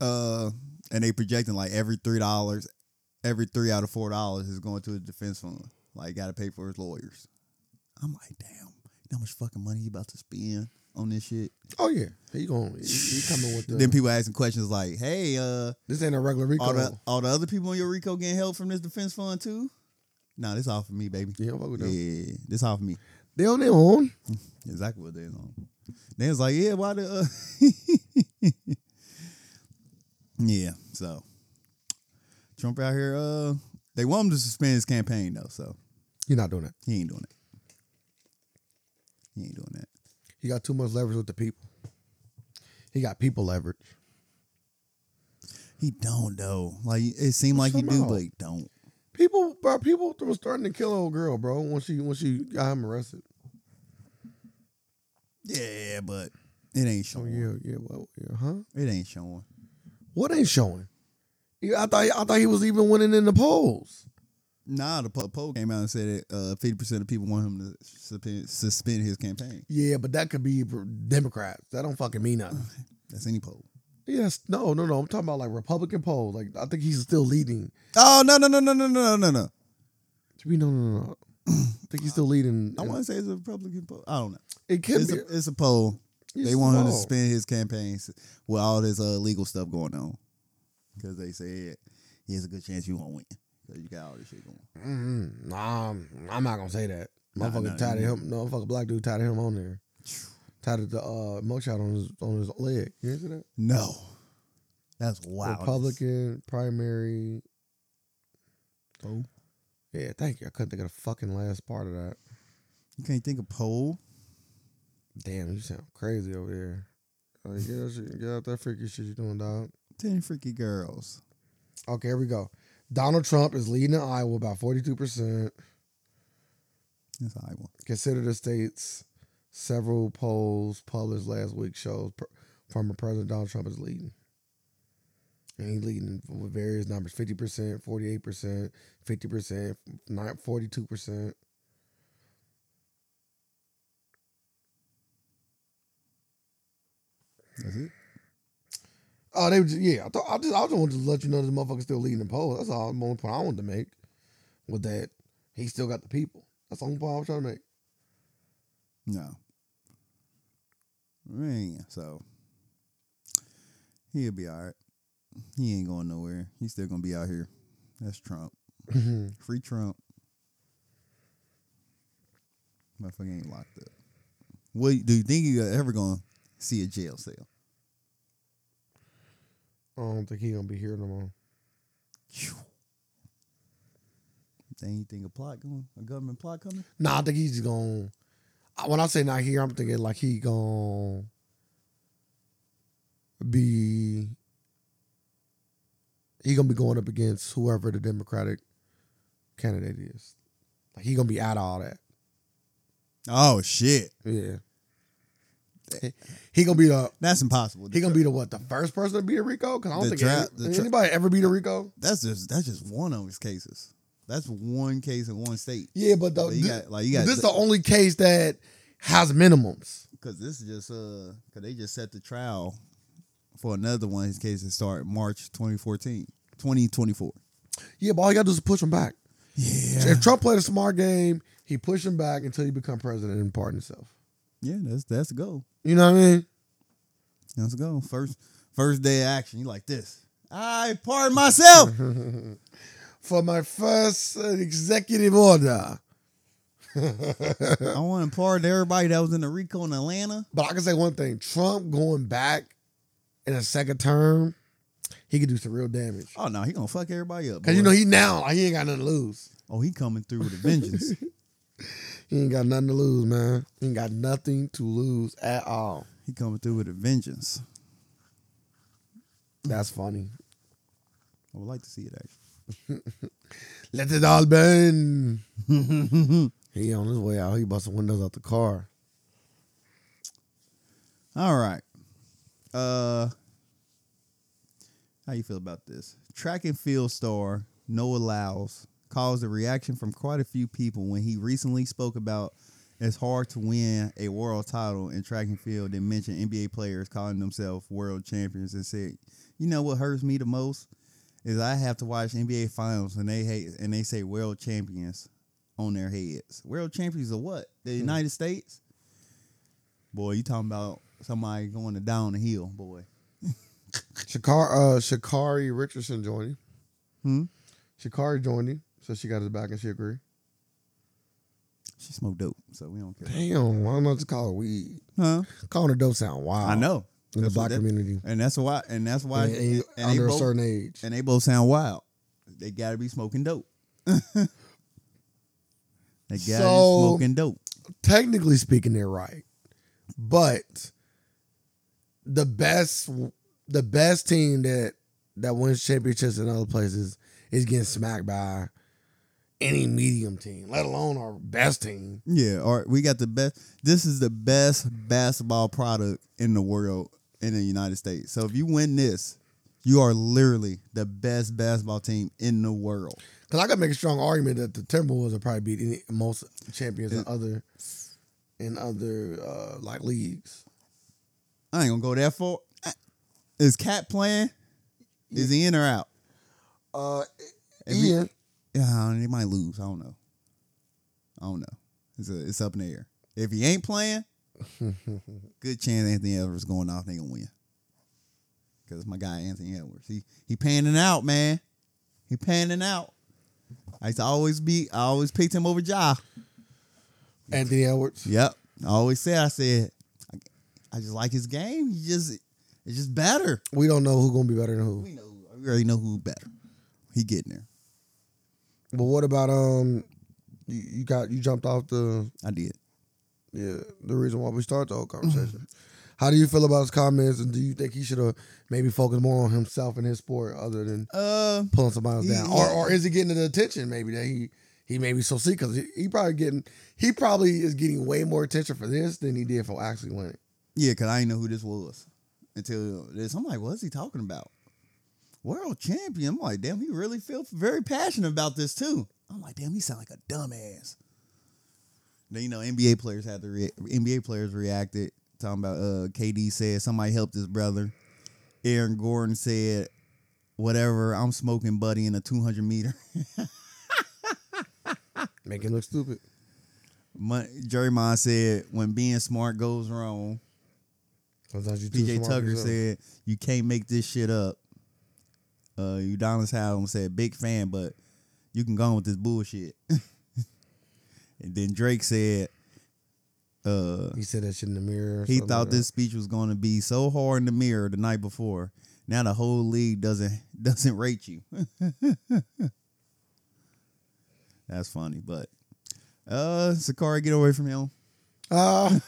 Speaker 1: uh, and they projecting like every three dollars, every three out of four dollars is going to a defense fund. Like, got to pay for his lawyers. I'm like, damn, you know how much fucking money he about to spend on this shit?
Speaker 2: Oh yeah, he going he, he coming with the,
Speaker 1: Then people asking questions like, hey, uh,
Speaker 2: this ain't a regular Rico.
Speaker 1: all the all the other people in your Rico getting help from this defense fund too? Nah, this all for me, baby.
Speaker 2: yeah, I'm fuck with them.
Speaker 1: Yeah, this all for me.
Speaker 2: They on their own.
Speaker 1: Exactly what they was on. They was like, yeah, why the uh Yeah, so Trump out here, uh they want him to suspend his campaign though, so
Speaker 2: You're not doing that.
Speaker 1: he ain't doing it. He ain't doing that.
Speaker 2: He got too much leverage with the people. He got people leverage.
Speaker 1: He don't though. Like it seemed like he do,
Speaker 2: Somehow.
Speaker 1: but he don't.
Speaker 2: People, bro, people were starting to kill old girl, bro. When she when she got him arrested.
Speaker 1: Yeah, but it ain't
Speaker 2: Oh
Speaker 1: showing.
Speaker 2: yeah, yeah, well, yeah, huh?
Speaker 1: It ain't showing.
Speaker 2: What ain't showing? Yeah, I thought I thought he was even winning in the polls.
Speaker 1: Nah, the po- poll came out and said that uh, fifty percent of people want him to suspend, suspend his campaign.
Speaker 2: Yeah, but that could be for Democrats. That don't fucking mean nothing.
Speaker 1: That's any poll.
Speaker 2: Yes, no, no, no. I'm talking about like Republican polls. Like I think he's still leading.
Speaker 1: Oh no no no no no no no no.
Speaker 2: We no, no, no. no. I think he's still leading.
Speaker 1: I want to say it's a Republican poll. I don't know.
Speaker 2: it could
Speaker 1: It's
Speaker 2: be.
Speaker 1: a, it's a poll.
Speaker 2: It's
Speaker 1: they want him to
Speaker 2: low.
Speaker 1: suspend his campaigns with all this uh, legal stuff going on because they said he has a good chance you won't win because you got all this shit going.
Speaker 2: Mm, nah, I'm, I'm not gonna say that.
Speaker 1: Nah,
Speaker 2: Motherfucker
Speaker 1: nah,
Speaker 2: tied
Speaker 1: nah.
Speaker 2: of him. No, motherfucker black dude tied of him on there. Tied of the uh, mugshot on his on his leg. You didn't see that?
Speaker 1: No, that's wild.
Speaker 2: Republican primary.
Speaker 1: Poll?
Speaker 2: Yeah, thank you. I couldn't think of the fucking last part of that.
Speaker 1: You can't think of poll.
Speaker 2: Damn, you sound crazy over here. Like, get, out your- get out that freaky shit you're doing, dog.
Speaker 1: Ten freaky girls.
Speaker 2: Okay, here we go. Donald Trump is leading in Iowa by 42%.
Speaker 1: That's how I want.
Speaker 2: Consider the states. Several polls published last week shows pr- former President Donald Trump is leading. And he's leading with various numbers 50%, 48%, 50%, not 42%.
Speaker 1: That's it.
Speaker 2: Oh, they were just, yeah. I thought I just I just wanted to let you know this motherfucker's still leading the polls. That's all the only point I wanted to make. With that, he still got the people. That's the only point I was trying to make.
Speaker 1: No. Man, so he'll be all right. He ain't going nowhere. He's still gonna be out here. That's Trump.
Speaker 2: Mm-hmm.
Speaker 1: Free Trump. Motherfucker ain't locked up. What do you think you ever gonna see a jail cell?
Speaker 2: I don't think he gonna be here no more.
Speaker 1: Phew. Then you think a plot going, a government plot coming?
Speaker 2: Nah, I think he's gonna. I- When I say not here, I'm thinking like he gonna be. He gonna be going up against whoever the Democratic candidate is. Like he gonna be out of all that.
Speaker 1: Oh shit,
Speaker 2: Yeah. He, he gonna be the
Speaker 1: that's impossible.
Speaker 2: He gonna be the what? The first person to beat a Rico? Cause I don't
Speaker 1: The
Speaker 2: think
Speaker 1: dra-
Speaker 2: any-
Speaker 1: the tra-
Speaker 2: anybody ever beat a Rico.
Speaker 1: that's just that's just one of his cases. That's one case in one state.
Speaker 2: Yeah, but the,
Speaker 1: But you
Speaker 2: thi-
Speaker 1: got- like, you got
Speaker 2: this is
Speaker 1: the-
Speaker 2: the only case that has minimums.
Speaker 1: Cause this is just uh, cause they just set the trial for another one. His case to start March 2014, 2024.
Speaker 2: Yeah, but all you gotta do is push him back.
Speaker 1: Yeah,
Speaker 2: If Trump played a smart game, he push him back until he become president and pardon himself.
Speaker 1: yeah, that's that's a go.
Speaker 2: You know what I mean?
Speaker 1: Let's go. First first day of action. You like this. I pardon myself.
Speaker 2: For my first uh, executive order.
Speaker 1: I want to pardon everybody that was in the Rico in Atlanta.
Speaker 2: But I can say one thing: Trump going back in a second term, he could do some real damage.
Speaker 1: Oh no, he gonna fuck everybody up.
Speaker 2: Cause you
Speaker 1: boy.
Speaker 2: know he now like, he ain't got nothing to lose.
Speaker 1: oh, he coming through with a vengeance.
Speaker 2: He ain't got nothing to lose, man. He ain't got nothing to lose at all.
Speaker 1: he coming through with a vengeance.
Speaker 2: That's funny.
Speaker 1: I would like to see it actually.
Speaker 2: Let it all burn. he on his way out. He busting windows out the car.
Speaker 1: All right. Uh how you feel about this? Track and field star Noah Lyles caused a reaction from quite a few people when he recently spoke about it's hard to win a world title in track and field and mentioned NBA players calling themselves world champions and said, "You know what hurts me the most is I have to watch NBA finals and they hate and they say world champions on their heads. World champions of what? The United States? Boy, you talking about somebody going to down the hill, boy.
Speaker 2: Shakar, uh, Shakari Richardson joining.
Speaker 1: Hmm?
Speaker 2: Shakari joining. So she got his back and she agreed.
Speaker 1: She smoked dope, so we don't care.
Speaker 2: Damn, why not just call it weed?
Speaker 1: Huh?
Speaker 2: Calling her dope sound wild.
Speaker 1: I know.
Speaker 2: In the
Speaker 1: That's what
Speaker 2: black
Speaker 1: that-
Speaker 2: community.
Speaker 1: And that's why and that's why
Speaker 2: And- and
Speaker 1: and, and they
Speaker 2: under a
Speaker 1: both,
Speaker 2: certain age.
Speaker 1: and they both sound wild. They gotta be smoking dope. they gotta
Speaker 2: So-
Speaker 1: be smoking dope.
Speaker 2: Technically speaking, they're right. But the best the best team that that wins championships in other places is getting smacked by any medium team, let alone our best team.
Speaker 1: Yeah, or we got the best. This is the best basketball product in the world in the United States. So if you win this, you are literally the best basketball team in the world.
Speaker 2: Because I could make a strong argument that the Timberwolves would probably beat any most champions in
Speaker 1: It-
Speaker 2: other in other uh, like leagues.
Speaker 1: I ain't gonna go that far. Is Cat playing? Is he in or out?
Speaker 2: Uh,
Speaker 1: If he-
Speaker 2: Ian,
Speaker 1: Yeah, I don't- they might lose. I don't know. I don't know. It's a, it's up in the air. If he ain't playing, good chance Anthony Edwards going off. They gonna win because my guy Anthony Edwards. He he panning out, man. He panning out. I used to always be. I always picked him over Ja.
Speaker 2: Anthony Edwards.
Speaker 1: Yep. I always said. I said. I, I just like his game. He just it's just better.
Speaker 2: We don't know who's gonna be better than who.
Speaker 1: We know. We already know who better. He getting there.
Speaker 2: But what about um? You, you got you jumped off the
Speaker 1: I did.
Speaker 2: yeah the reason why we start the whole conversation. How do you feel about his comments, and do you think he should have maybe focused more on himself and his sport other than
Speaker 1: Uh,
Speaker 2: pulling somebody else
Speaker 1: He-
Speaker 2: down, or
Speaker 1: he-
Speaker 2: or is he getting the attention maybe that he he may be so sick because he, he probably getting he probably is getting way more attention for this than he did for actually winning.
Speaker 1: Yeah, because I didn't know who this was until this. I'm like, what's he talking about? World champion. I'm like, damn, he really feel very passionate about this too. I'm like, damn, he sound like a dumbass. Then you know, NBA players had to re- NBA players reacted talking about uh KD said somebody helped his brother. Aaron Gordon said, whatever, I'm smoking buddy in a 200 meter.
Speaker 2: Make him look stupid.
Speaker 1: Mon- Jeremiah said, when being smart goes wrong.
Speaker 2: Sometimes you too
Speaker 1: PJ
Speaker 2: smart for
Speaker 1: Tucker
Speaker 2: yourself.
Speaker 1: said, "You can't make this shit up." Uh, Udonis Haslam said, "Big fan, but you can go on with this bullshit." and then Drake said, "Uh,
Speaker 2: he said that shit in the mirror. or
Speaker 1: he
Speaker 2: something
Speaker 1: thought
Speaker 2: like that.
Speaker 1: this speech was going to be so hard in the mirror the night before. Now the whole league doesn't doesn't rate you. That's funny, but uh, Sakari, get away from him.
Speaker 2: Ah,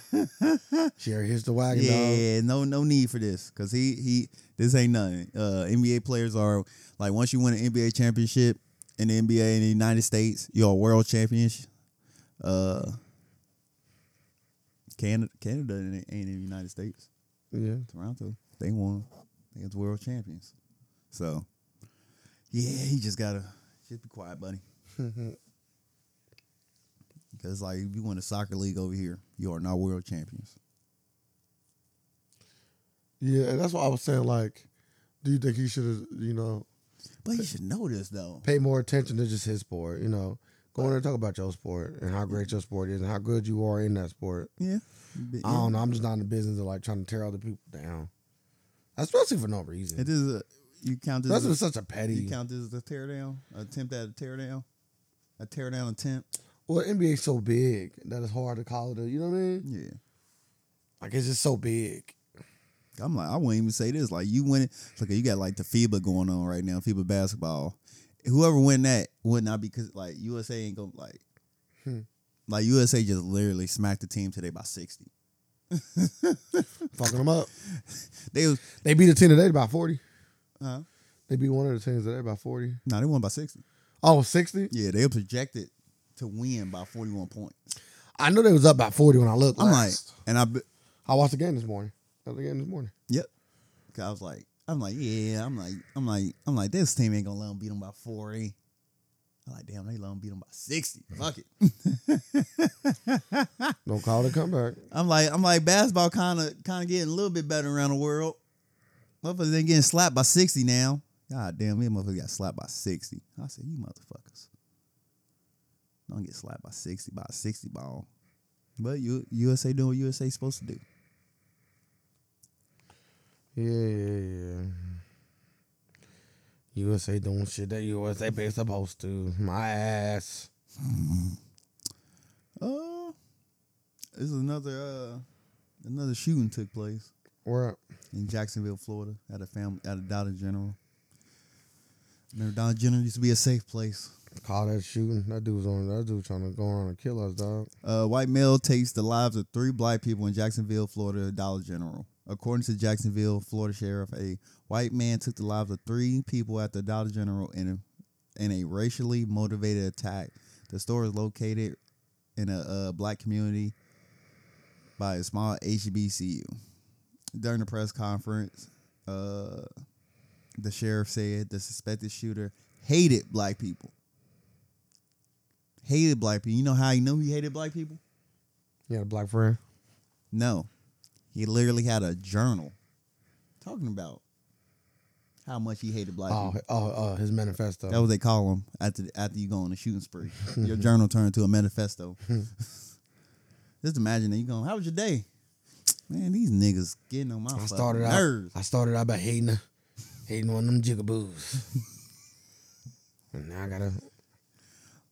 Speaker 2: Jerry, here's the wagon dog.
Speaker 1: Yeah, no, no need for this because he he this ain't nothing. Uh, NBA players are like once you win an NBA championship in the NBA in the United States, you're a world champion. Uh, Canada, Canada ain't ain't in the United States.
Speaker 2: Yeah,
Speaker 1: Toronto, they won. They was world champions. So, yeah, he just gotta just be quiet, buddy. Because like, if you win a soccer league over here, you are not world champions.
Speaker 2: yeah, and that's why I was saying. Like, do you think he should have, you know,
Speaker 1: But you should know this though.
Speaker 2: pay more attention to just his sport? You know, go in there and talk about your sport and how great your sport is and how good you are in that sport.
Speaker 1: Yeah.
Speaker 2: I don't know. I'm just not in the business of like trying to tear other people down, especially for no
Speaker 1: It
Speaker 2: reason.
Speaker 1: is a you count this
Speaker 2: That's
Speaker 1: as
Speaker 2: just such
Speaker 1: a,
Speaker 2: a petty.
Speaker 1: you count this as a teardown, attempt at a teardown, a teardown attempt.
Speaker 2: Well, NBA's so big that it's hard to call it. A, you know what I mean?
Speaker 1: Yeah.
Speaker 2: Like it's just so big.
Speaker 1: I'm like, I wouldn't even say this. Like you win it. It's like you got like the FIBA going on right now, FIBA basketball. Whoever win that would not because like USA ain't gonna like
Speaker 2: Hmm.
Speaker 1: like USA just literally smacked the team today by sixty.
Speaker 2: Fucking them up.
Speaker 1: They was
Speaker 2: They beat a team today by forty.
Speaker 1: uh,
Speaker 2: They beat one of the teams that they by 40.
Speaker 1: No, they won by sixty.
Speaker 2: Oh, 60?
Speaker 1: Yeah, they were projected to win by forty one points.
Speaker 2: I know they was up by 40 when I looked
Speaker 1: I'm like,
Speaker 2: last.
Speaker 1: and I, be-
Speaker 2: I watched the game this morning. I watched the game this morning.
Speaker 1: yep. 'Cause I was like, I'm like, yeah, I'm like, I'm like, I'm like, this team ain't gonna let them beat them by forty. I'm like, damn, they let them beat them by sixty. Fuck it.
Speaker 2: Don't call it a comeback.
Speaker 1: I'm like, I'm like, basketball kind of kind of getting a little bit better around the world. Motherfuckers ain't getting slapped by sixty now. God damn, me motherfuckers got slapped by sixty. I said, you motherfuckers, don't get slapped by sixty by a sixty ball. But you USA doing what USA supposed to do.
Speaker 2: Yeah, yeah, yeah. USA doing shit that USA be supposed to. My ass.
Speaker 1: Uh, this is another uh another shooting took place.
Speaker 2: We're up.
Speaker 1: in Jacksonville, Florida, at a family at a Dollar General. Remember, Dollar General used to be a safe place.
Speaker 2: Call that shooting. That dude's on. That dude trying to go around and kill us, dog.
Speaker 1: A Uh, white male takes the lives of three black people in Jacksonville, Florida, at Dollar General. According to Jacksonville, Florida sheriff, a white man took the lives of three people at the Dollar General in a, in a racially motivated attack. The store is located in a uh, black community by a small HBCU. During the press conference, uh, the sheriff said the suspected shooter hated black people. Hated black people. You know how you know he hated black people?
Speaker 2: You had a black friend.
Speaker 1: No. He literally had a journal talking about how much he hated black
Speaker 2: Oh,
Speaker 1: people.
Speaker 2: oh, oh, his manifesto.
Speaker 1: That was what they call him after after you go on a shooting spree. your journal turned to a manifesto. Just imagine that you going, How was your day? Man, these niggas getting on my
Speaker 2: I
Speaker 1: fucking
Speaker 2: started out.
Speaker 1: nerves.
Speaker 2: I started out by hating, hating on them jigaboos. and now I gotta.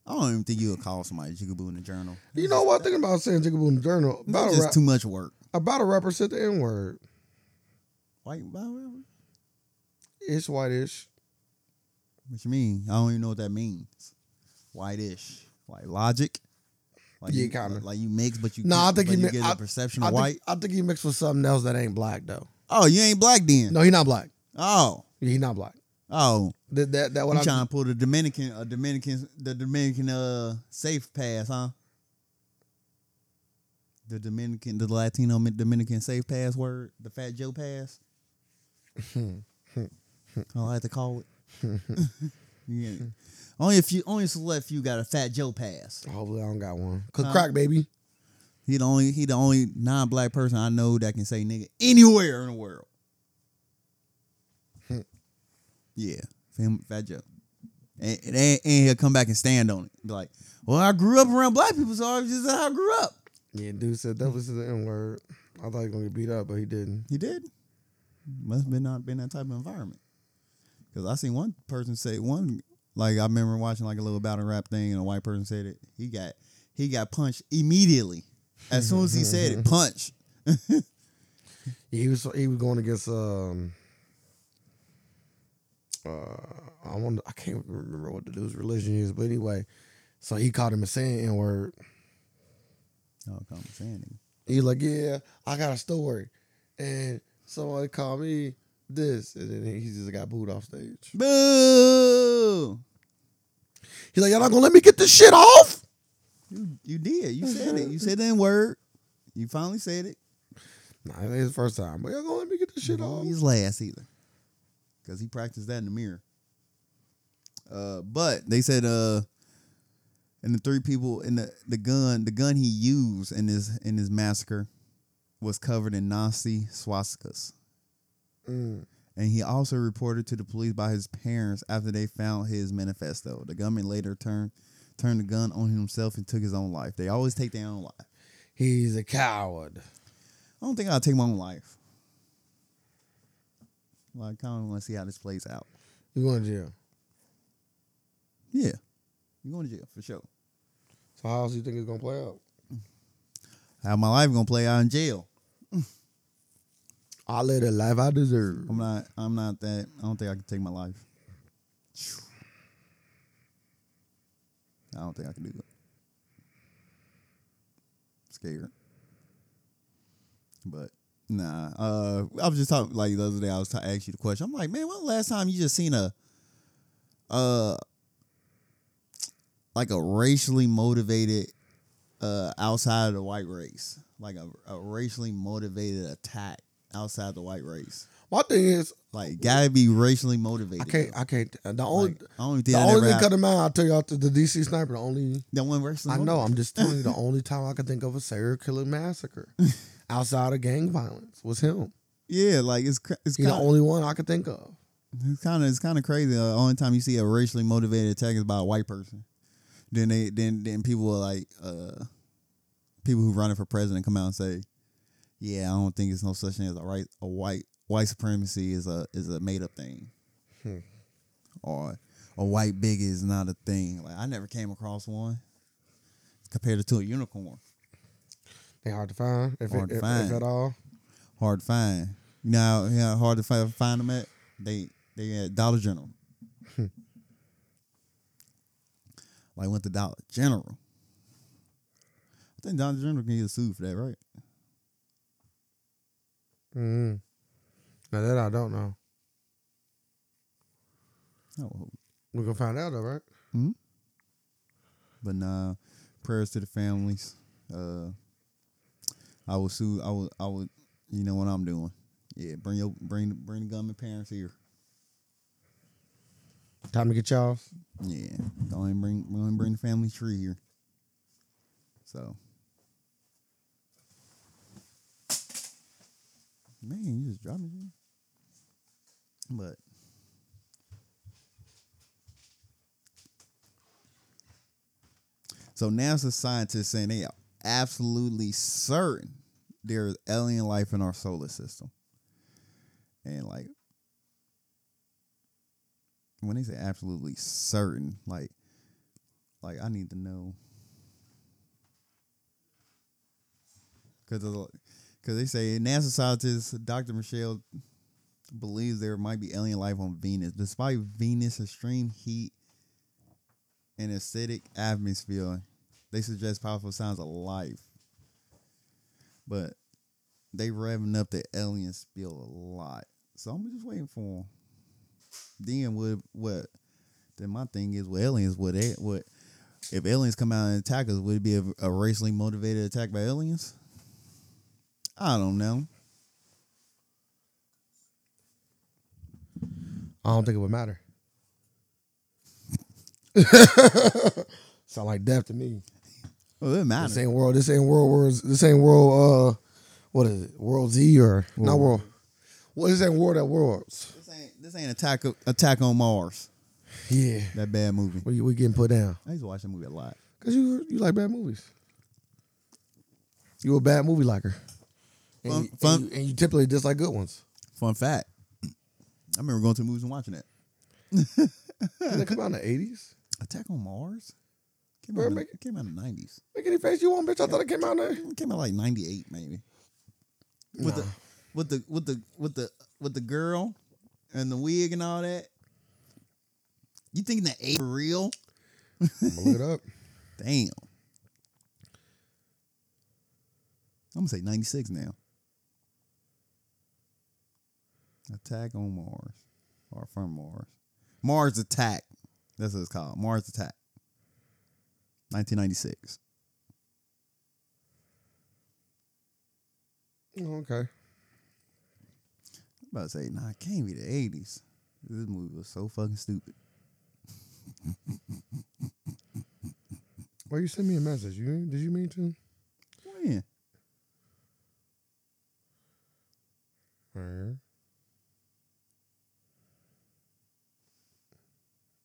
Speaker 1: I don't even think you would call somebody jigaboo in a journal.
Speaker 2: You know what? Thinking about saying jigaboo in the journal. About
Speaker 1: It's
Speaker 2: a,
Speaker 1: just
Speaker 2: rap,
Speaker 1: too much work.
Speaker 2: about a rapper said the n word.
Speaker 1: White, whatever.
Speaker 2: It's whitish.
Speaker 1: What you mean? I don't even know what that means. Whitish, like logic. Like
Speaker 2: Yeah,
Speaker 1: you-
Speaker 2: kinda.
Speaker 1: Like you mix, but you
Speaker 2: No, I
Speaker 1: get-
Speaker 2: think
Speaker 1: but
Speaker 2: he
Speaker 1: you
Speaker 2: mi-
Speaker 1: get
Speaker 2: I-
Speaker 1: a perception
Speaker 2: I
Speaker 1: of
Speaker 2: think,
Speaker 1: white.
Speaker 2: I think he mixed with something else that ain't black though.
Speaker 1: Oh, you ain't black then.
Speaker 2: No, he not black.
Speaker 1: Oh,
Speaker 2: He not black.
Speaker 1: oh,
Speaker 2: That that, that what
Speaker 1: you
Speaker 2: I
Speaker 1: trying to pull the Dominican, a Dominican, the Dominican uh safe pass, huh? The Dominican, the Latino Mi- Dominican safe pass word, the Fat Joe pass. I like to call it. yeah. Only a few, only a select few got a Fat Joe pass.
Speaker 2: Hopefully, I don't got one. Cause
Speaker 1: Huh?
Speaker 2: crack, baby.
Speaker 1: He the only he the only non black person I know that can say nigga anywhere in the world. yeah, fam, Fat Joe, and, and and he'll come back and stand on it. Be like, well, I grew up around black people, so I was just how I grew up.
Speaker 2: Yeah, dude said that was the N word. I thought he was gonna get beat up, but he didn't.
Speaker 1: He did. Must have been not been that type of environment. Cause I seen one person say one like I remember watching like a little battle rap thing and a white person said it. He got he got punched immediately as soon as he said it. Punch.
Speaker 2: Yeah, he was he was going against um. Uh, I want I can't remember what the dude's religion is, but anyway, so he called him a saying N word.
Speaker 1: Oh, come saying it.
Speaker 2: He's like, yeah, I got a story, and somebody called me this, and then he just got booed off stage.
Speaker 1: Boo!
Speaker 2: He's like, y'all not gonna let me get this shit off.
Speaker 1: You, you did. You said it. You said that word. You finally said it.
Speaker 2: Nah, it ain't his first time, but y'all gonna let me get this shit
Speaker 1: Don't
Speaker 2: off.
Speaker 1: be his last either, because he practiced that in the mirror. Uh, but they said uh, and the three people in the the gun the gun he used in this in this massacre was covered in Nazi swastikas.
Speaker 2: Mm.
Speaker 1: and he also reported to the police by his parents after they found his manifesto. The gunman later turned turned the gun on himself and took his own life. They always take their own life. I
Speaker 2: He's a coward.
Speaker 1: don't think I'll take my own life. Like, I kind of want to see how this plays out.
Speaker 2: You going to jail?
Speaker 1: Yeah, you're going to jail for sure.
Speaker 2: So how else do you think it's gonna play out?
Speaker 1: How my life gonna play out in jail?
Speaker 2: I live the life I deserve.
Speaker 1: I'm not. I'm not that. I don't think I can take my life. I don't think I can do that. Scared, but Nah, uh, I was just talking like the other day. I was t- asking you the question. I'm like, man, when the last time you just seen a, uh, like a racially motivated, uh, outside of the white race, like a, a racially motivated attack outside the white race.
Speaker 2: My thing is,
Speaker 1: Like, gotta be racially motivated.
Speaker 2: I can't. I can't. uh, The only.
Speaker 1: Like, I don't think
Speaker 2: the
Speaker 1: that
Speaker 2: only
Speaker 1: ever
Speaker 2: thing
Speaker 1: happened.
Speaker 2: cut him out, I'll tell y'all, the DC sniper, the only
Speaker 1: That one racially.
Speaker 2: I know.
Speaker 1: motivated.
Speaker 2: I'm just telling you the only time I could think of a serial killer massacre outside of gang violence was him.
Speaker 1: Yeah, like it's cr- it's
Speaker 2: He's
Speaker 1: kind
Speaker 2: the
Speaker 1: of
Speaker 2: only one I could think of.
Speaker 1: It's kind of it's kind of crazy. The only time you see a racially motivated attack is by a white person. Then they then then people are like uh, people who running for president come out and say, "Yeah, I don't think it's no such thing as a right a white white supremacy is a is a made up thing,
Speaker 2: Hmm.
Speaker 1: or a white bigot is not a thing." Like I never came across one compared to a unicorn.
Speaker 2: They hard to find, if,
Speaker 1: Hard
Speaker 2: it,
Speaker 1: to
Speaker 2: if,
Speaker 1: find.
Speaker 2: if at all.
Speaker 1: Hard to find. You know how, you know how hard to find, find them at? They they at Dollar General. like went to Dollar General. I think Dollar General can get sued for that, right?
Speaker 2: Mm. Now that I don't know.
Speaker 1: No.
Speaker 2: We're gonna find out though, right?
Speaker 1: But nah, prayers to the families. Uh I will sue I will I will you know what I'm doing. Yeah, bring your bring bring the gunman parents here.
Speaker 2: Time to get y'all.
Speaker 1: Yeah, don't even bring don't even bring the family tree here. So, man, you just dropped me. dude. But so now NASA scientists saying they are absolutely certain there is alien life in our solar system, and like when they say absolutely certain, like like I need to know because because they say NASA scientist Dr. Michelle believes there might be alien life on Venus, despite Venus' extreme heat and acidic atmosphere. They suggest powerful signs of life, but they revving up the alien spiel a lot. So I'm just waiting for 'em then what what then my thing is with aliens would they what if aliens come out and attack us would it be a, a racially motivated attack by aliens i don't know
Speaker 2: I don't think it would matter. Sound like death to me.
Speaker 1: well it
Speaker 2: This
Speaker 1: matters
Speaker 2: ain't world. This ain't world. Wars. This ain't world. Uh, what is it? World Z or
Speaker 1: World.
Speaker 2: not world? What is that world at worlds?
Speaker 1: this ain't this ain't attack o- attack on mars
Speaker 2: Yeah,
Speaker 1: that bad movie
Speaker 2: we we getting put down.
Speaker 1: i used to watch that movie a lot
Speaker 2: Cause you you like bad movies. You a bad movie liker. And,
Speaker 1: Fun-
Speaker 2: you, and
Speaker 1: fun-
Speaker 2: you- and you typically dislike good ones.
Speaker 1: fun fact i remember going to the movies and watching that
Speaker 2: Did it come out in the eighties?
Speaker 1: attack on mars came
Speaker 2: Bro,
Speaker 1: out, in,
Speaker 2: make-
Speaker 1: it came out in the 90s
Speaker 2: Make any face you want, bitch. I thought it came out in there.
Speaker 1: it came out like 98 maybe with the with the with the with the with the girl and the wig and all that. You think that ain't for real?
Speaker 2: I'm gonna look it up.
Speaker 1: Damn. I'm gonna say 96 now. Attack on Mars. Or from Mars. Mars Attack. That's what it's called. Mars Attack. 1996.
Speaker 2: Oh, okay.
Speaker 1: I'm about to say, nah, it can't be the 80s. This movie was so fucking stupid.
Speaker 2: Well, you sent me a message. You did you mean to?
Speaker 1: When?
Speaker 2: Alright.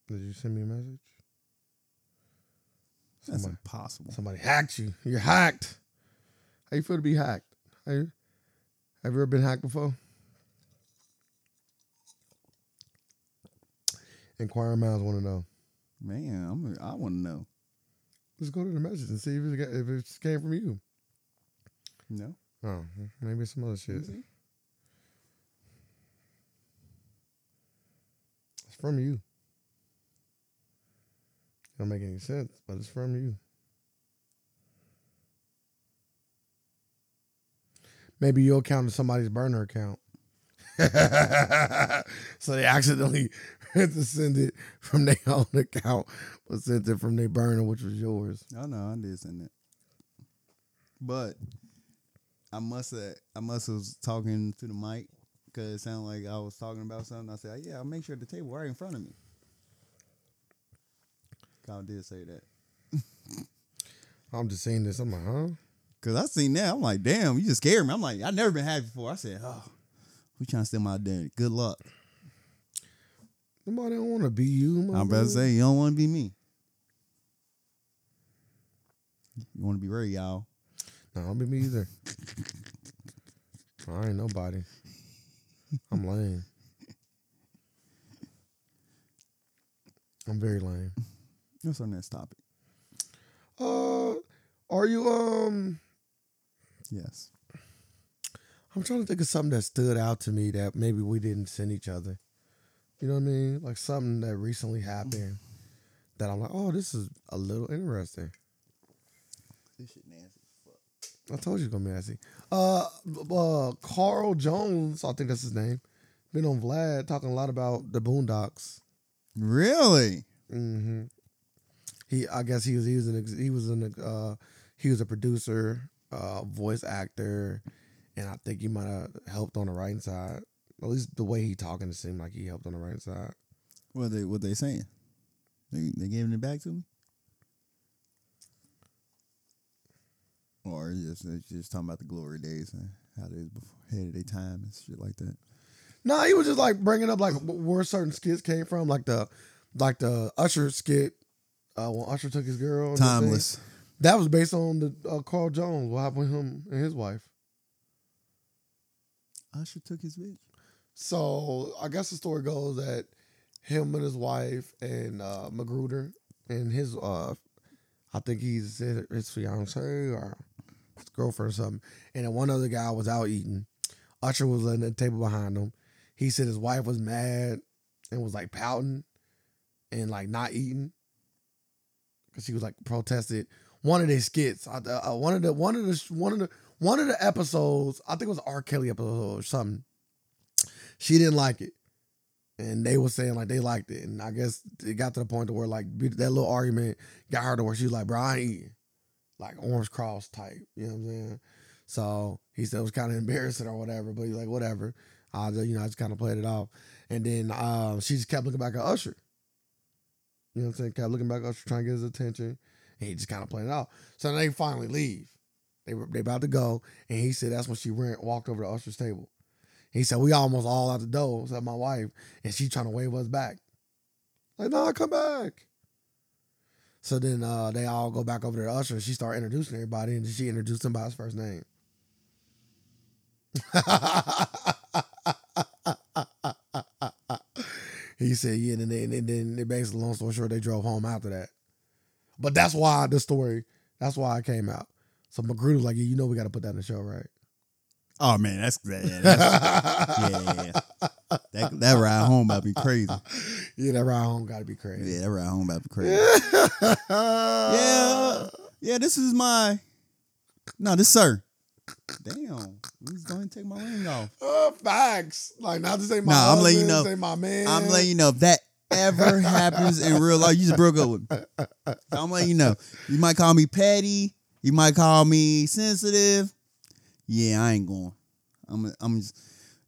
Speaker 2: Did you send me a message?
Speaker 1: That's
Speaker 2: Somebody,
Speaker 1: impossible.
Speaker 2: somebody hacked you. You're hacked. How you feel to be hacked? How you- have you ever been hacked before? Inquiring minds want to know.
Speaker 1: Man, I'm, I want to know.
Speaker 2: Just go to the message and see if it, if it came from you.
Speaker 1: No.
Speaker 2: Oh, maybe it's some other shit. It's from you. Don't make any sense, but it's from you. Maybe your account is somebody's burner account. so they accidentally had to send it from their own account, but sent it from their burner, which was yours.
Speaker 1: I know I did send it, but I must have I must have was talking to the mic because it sounded like I was talking about something. I said, "Yeah, I'll make sure the table right in front of me." Kyle did say that
Speaker 2: I'm just seeing this. I'm like, huh?
Speaker 1: because I seen that. I'm like, "Damn, you just scared me." I'm like, "I've never been happy before." I said, "Oh, who trying to steal my identity? Good luck."
Speaker 2: Nobody don't want to be you.
Speaker 1: I'm about to
Speaker 2: motherfucker.
Speaker 1: say you don't want to be me. You want to be real, y'all.
Speaker 2: No, I don't be me either. I ain't nobody. I'm lame. I'm very lame.
Speaker 1: What's our next topic?
Speaker 2: Uh, are you um?
Speaker 1: Yes.
Speaker 2: I'm trying to think of something that stood out to me that maybe we didn't send each other. You know what I mean? Like something that recently happened that I'm like, oh, this is a little interesting.
Speaker 1: This shit nasty.
Speaker 2: I told you it's gonna be nasty. Uh, uh, Carl Jones, I think that's his name. Been on Vlad talking a lot about the Boondocks.
Speaker 1: Really?
Speaker 2: hmm He, I guess he was he was an ex- he was an uh, he was a producer, uh, voice actor, and I think he might have helped on the writing side. At least the way he talking, it seemed like he helped on the writing side.
Speaker 1: What they what they saying? They they giving it back to me? Or it's just it's just talking about the glory days and how they was before ahead of their time and shit like that.
Speaker 2: No, he was just like bringing up like wh- where certain skits came from, like the like the Usher skit uh, when Usher took his girl. and the thing.
Speaker 1: Timeless.
Speaker 2: That was based on the uh, Carl Jones. What happened with him and his wife?
Speaker 1: Usher took his bitch.
Speaker 2: So I guess the story goes that him and his wife and uh, Magruder and his, uh, I think he's his his fiance or his girlfriend or something. And then one other guy was out eating. Usher was on the table behind him. He said his wife was mad and was like pouting and like not eating because she was like protested. One of their skits, I, I, one of the one of the one of the one of the episodes, I think it was a R. Kelly episode or something she didn't like it. And they were saying like they liked it. And I guess it got to the point to where like be- that little argument got her to where she was like, bro, I ain't eating. Like Orange Cross type. You know what I'm saying? So he said it was kind of embarrassing or whatever, but he's like, whatever. I just, you know, I just kind of played it off. And then um, she just kept looking back at Usher. You know what I'm saying? Kept looking back at Usher, trying to get his attention. And he just kind of played it off. So then they finally leave. They were they about to go. And he said that's when she ran, walked over to Usher's table. He said, We almost all out the door, except my wife, and she trying to wave us back. Like, nah, come back. So then uh, they all go back over to the usher and she started introducing everybody and she introduced him by his first name. he said, yeah, and then, and then it basically, long story short, they drove home after that. But that's why the story, that's why it came out. So Magruder's like, yeah, you know we got to put that in the show, right?
Speaker 1: Oh man, that's yeah, that's, yeah, yeah, yeah. That that ride home about to be crazy.
Speaker 2: Yeah, that ride home got to be crazy.
Speaker 1: Yeah, that ride home about to be crazy.
Speaker 2: yeah.
Speaker 1: Yeah. Yeah, this is my. No, this sir. Damn, he's going to take my ring off.
Speaker 2: Uh, facts. Like not to say my.
Speaker 1: Nah, I'm letting you
Speaker 2: husband,
Speaker 1: know.
Speaker 2: Say my man.
Speaker 1: I'm letting you know if that ever happens in real life, you just broke up with me. I'm letting you know. You might call me petty. You might call me sensitive. Yeah, I ain't going. I'm. I'm just.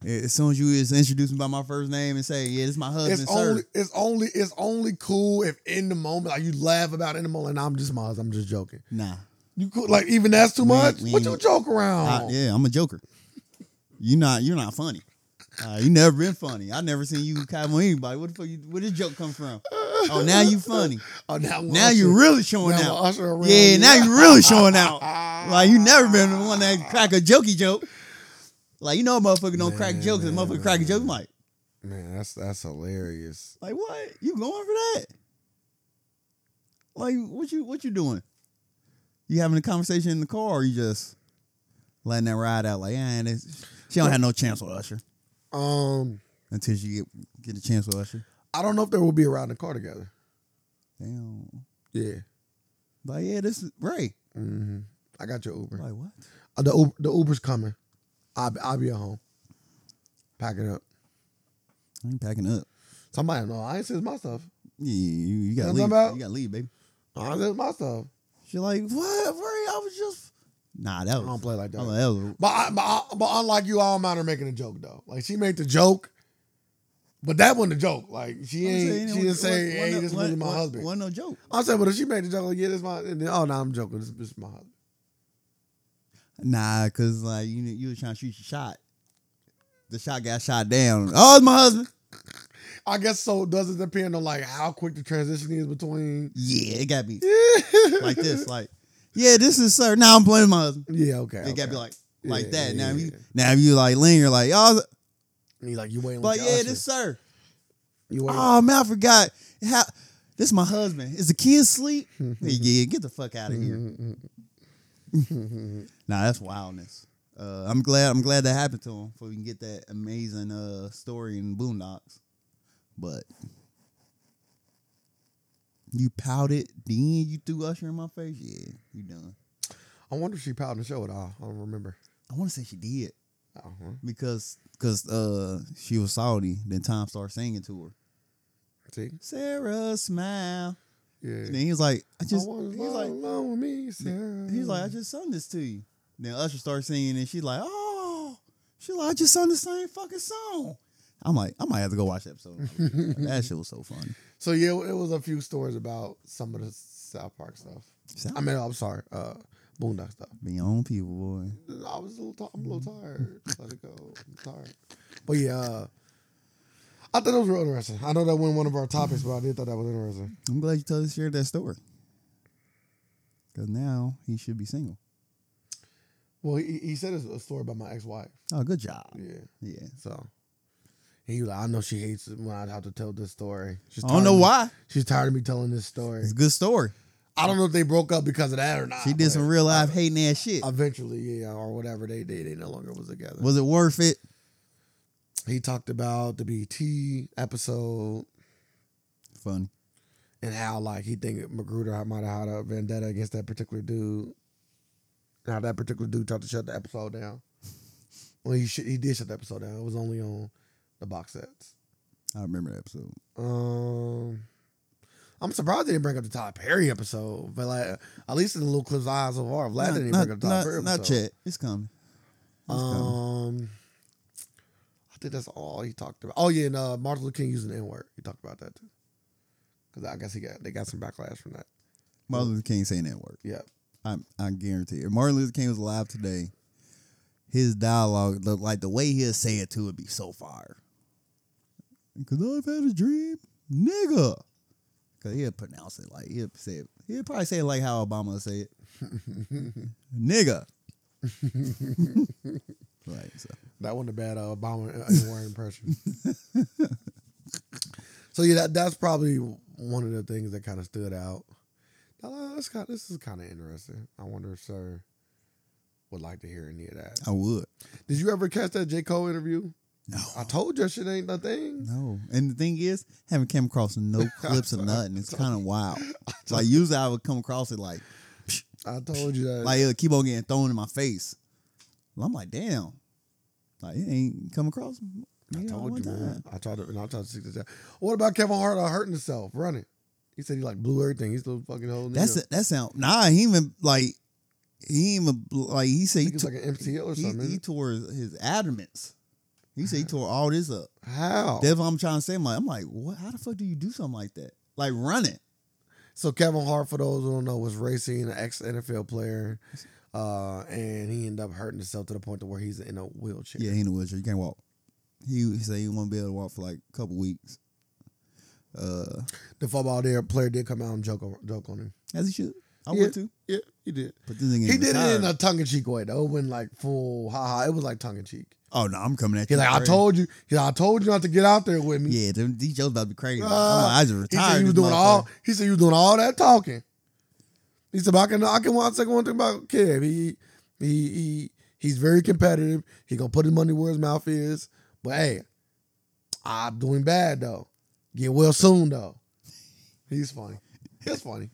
Speaker 1: As soon as you is introduce me by my first name and say, "Yeah, this is my husband,
Speaker 2: It's
Speaker 1: sir."
Speaker 2: only. It's only. It's only cool if in the moment, like you laugh about it in the moment. And I'm just my. husband, I'm just joking.
Speaker 1: nah,
Speaker 2: You cool? Like even that's too
Speaker 1: We-
Speaker 2: much.
Speaker 1: we
Speaker 2: what you
Speaker 1: ain't-
Speaker 2: joke
Speaker 1: I-
Speaker 2: around?
Speaker 1: yeah, I'm a joker. You not. You're not funny. Uh, you never been funny. I never seen you cop on anybody. What the fuck? You, where this joke come from? Oh, now you funny.
Speaker 2: Oh, now when
Speaker 1: Now
Speaker 2: Usher-
Speaker 1: you really showing
Speaker 2: now when
Speaker 1: out.
Speaker 2: Usher around
Speaker 1: Yeah,
Speaker 2: you- Ah.
Speaker 1: now you really showing out. Like you never been the one that crack a jokey joke. Like you know, a motherfucker don't crack jokes. A motherfucker crack a joke, I'm like,
Speaker 2: Man, that's that's hilarious.
Speaker 1: like what? You going for that? Like what you what you doing? You having a conversation in the car, or you just letting that ride out? Like, yeah, she don't have no chance with Usher
Speaker 2: Um,
Speaker 1: until she get get a chance with Usher.
Speaker 2: I don't know if they will be around the car together.
Speaker 1: Damn.
Speaker 2: Yeah.
Speaker 1: Like yeah, this is Ray.
Speaker 2: hmm I got your Uber.
Speaker 1: Like what?
Speaker 2: Uh, the Uber, the Uber's coming. I'll, be- I'll be at home. Pack it up.
Speaker 1: I ain't packing up.
Speaker 2: Somebody know. I ain't says my stuff.
Speaker 1: Yeah, you, you gotta
Speaker 2: Know what I'm
Speaker 1: leave.
Speaker 2: about?
Speaker 1: You gotta leave, baby.
Speaker 2: I ain't says my stuff.
Speaker 1: She like, what? Where I was just. Nah, that
Speaker 2: I
Speaker 1: was.
Speaker 2: don't play like that.
Speaker 1: I'm like, that was
Speaker 2: But, I, but, I, but unlike you, I don't mind her making a joke though. Like she made the joke, but that wasn't a joke. Like she
Speaker 1: I'm saying
Speaker 2: ain't.
Speaker 1: it
Speaker 2: She
Speaker 1: was-
Speaker 2: didn't
Speaker 1: was-
Speaker 2: say, "Hey,
Speaker 1: wasn't-
Speaker 2: this was
Speaker 1: wasn't-
Speaker 2: my
Speaker 1: wasn't-
Speaker 2: husband."
Speaker 1: Wasn't no joke.
Speaker 2: I said, "But if she made the joke, like, yeah, this my." And then, oh no, I'm joking. This, this is my husband.
Speaker 1: Nah, cause like you, you was trying to shoot your shot. The shot got shot down. Oh, it's my husband.
Speaker 2: I guess so. Does it depend on like how quick the transition is between?
Speaker 1: Yeah, it got me like this. Like, yeah, this is sir. Now I'm playing with my husband.
Speaker 2: Yeah. Okay.
Speaker 1: It got
Speaker 2: okay.
Speaker 1: me like, like
Speaker 2: Yeah,
Speaker 1: that. now
Speaker 2: yeah,
Speaker 1: you,
Speaker 2: yeah.
Speaker 1: now you like linger, like y'all.
Speaker 2: And he like you waiting.
Speaker 1: But
Speaker 2: like,
Speaker 1: yeah, this sir.
Speaker 2: You waiting.
Speaker 1: Oh man, I forgot. How, this is my husband. Is the kid asleep? yeah, get the fuck out of here. Nah, that's wildness. Uh, I'm glad. I'm glad that happened to him, so we can get that amazing uh, story in Boondocks. But you pouted, then you threw Usher in my face. Yeah, you done.
Speaker 2: I wonder if she pouted the show at all. I don't remember.
Speaker 1: I want to say she did
Speaker 2: Uh-huh.
Speaker 1: because because uh, she was salty. Then Tom started singing to her.
Speaker 2: See.
Speaker 1: Sarah smile. And
Speaker 2: Yeah.
Speaker 1: then he was like, I just. He's
Speaker 2: I want you
Speaker 1: like,
Speaker 2: alone with me, Sarah.
Speaker 1: he's like, I just sung this to you. Then Usher starts singing, and she's like, oh, she like, I just sung the same fucking song. I'm like, I might have to go watch the episode. that shit was so funny.
Speaker 2: So yeah, it was a few stories about some of the South Park stuff. I
Speaker 1: Stop
Speaker 2: mean, I'm sorry, uh, Boondock stuff.
Speaker 1: being your own people, boy.
Speaker 2: I was a little, t- I'm a
Speaker 1: Mm-hmm.
Speaker 2: little tired. Let it go. I'm tired. But yeah, uh, I thought that was real interesting. I know that wasn't one of our topics, but I did thought that was interesting.
Speaker 1: I'm glad you told us shared that story. Cause now he should be single.
Speaker 2: Well, he, he said it's a story about my ex-wife.
Speaker 1: Oh, good job.
Speaker 2: Yeah.
Speaker 1: Yeah.
Speaker 2: So he was like, I know she hates it when I have to tell this story. She's
Speaker 1: I
Speaker 2: tired
Speaker 1: don't know
Speaker 2: of me-
Speaker 1: why.
Speaker 2: She's tired of me telling this story.
Speaker 1: It's a good story.
Speaker 2: I don't know if they broke up because of that or not.
Speaker 1: She did
Speaker 2: but
Speaker 1: some real life hating ass shit.
Speaker 2: Eventually, yeah, or whatever they did, they no longer was together.
Speaker 1: Was it worth it?
Speaker 2: He talked about the BT episode
Speaker 1: Funny.
Speaker 2: and how like he think Magruder might have had a vendetta against that particular dude. And How that particular dude tried to shut the episode down. Well, he sh- he did shut the episode down. It was only on the box sets.
Speaker 1: I remember that episode.
Speaker 2: Um, I'm surprised they didn't bring up the Todd Perry episode, but like at least in the little clips I have so far, I'm glad they didn't
Speaker 1: Not-
Speaker 2: bring up the Todd
Speaker 1: not,
Speaker 2: Perry
Speaker 1: not,
Speaker 2: episode.
Speaker 1: not yet. It's coming.
Speaker 2: Um, I think that's all he talked about. Oh yeah, and uh, Martin Luther King using the N word. He talked about that too, because I guess he got they got some backlash from that.
Speaker 1: Martin Luther King saying that word.
Speaker 2: Yeah.
Speaker 1: I I guarantee. If Martin Luther King was alive today, his dialogue, the, like the way he'll say it to, would be so fire. Cause I've had a dream, nigga. Cause he'll pronounce it like he'll say it. He'll probably say it like how Obama would say it, nigga. right. So
Speaker 2: That wasn't a bad uh, Obama N word impression. so yeah, that, that's probably one of the things that kind of stood out. Uh, that's kind this is kind of interesting. I wonder if sir would like to hear any of that.
Speaker 1: I would.
Speaker 2: Did you ever catch that J Cole interview?
Speaker 1: No.
Speaker 2: I told you that shit ain't nothing.
Speaker 1: No. And the thing is, haven't came across no clips or nothing. It's kind of wild. Like usually I would come across it like.
Speaker 2: I told you that.
Speaker 1: like it'll keep on getting thrown in my face. Well, I'm like, damn, like it ain't come across.
Speaker 2: I
Speaker 1: you know,
Speaker 2: told
Speaker 1: one
Speaker 2: you, man.
Speaker 1: time.
Speaker 2: I tried to, and I tried to stick this out. What about Kevin Hart uh, hurting himself running? He said he like blew everything. He's still fucking holding.
Speaker 1: That's
Speaker 2: it.
Speaker 1: it. that sound. Nah, he even like he even like he said
Speaker 2: I
Speaker 1: he,
Speaker 2: think it's
Speaker 1: to-
Speaker 2: like an MCL or
Speaker 1: he,
Speaker 2: something.
Speaker 1: he tore his, his adamants. He said he tore all this up.
Speaker 2: How?
Speaker 1: That's what I'm trying to say. I'm like, I'm like, what? How the fuck do you do something like that? Like running.
Speaker 2: So Kevin Hart, for those who don't know, was racing an ex NFL player, uh, and he ended up hurting himself to the point to where he's in a wheelchair.
Speaker 1: Yeah, he in a wheelchair. You can't walk. He, he said he won't be able to walk for like a couple weeks. Uh,
Speaker 2: The football there player did come out and joke on, joke on him.
Speaker 1: as he should. I
Speaker 2: Yeah.
Speaker 1: would too.
Speaker 2: Yeah, he did.
Speaker 1: But this nigga
Speaker 2: He did it
Speaker 1: retired.
Speaker 2: in a tongue in cheek way though. It wasn't like full ha ha. It was like tongue in cheek.
Speaker 1: Oh no, I'm coming at you.
Speaker 2: He's like, I
Speaker 1: crazy."
Speaker 2: told you. He's like, I told you not to get out there with me.
Speaker 1: Yeah, them, these jokes about to be crazy.
Speaker 2: Uh,
Speaker 1: I'm like, I just
Speaker 2: He
Speaker 1: retired.
Speaker 2: said you was
Speaker 1: this
Speaker 2: doing all. He said you was doing all that talking. He said, but I can I can one second one thing about Kev. He he he he's very competitive. He gonna put his money where his mouth is. But hey, I'm doing bad though. Get well soon though. He's funny. It's funny.
Speaker 1: motherfucker.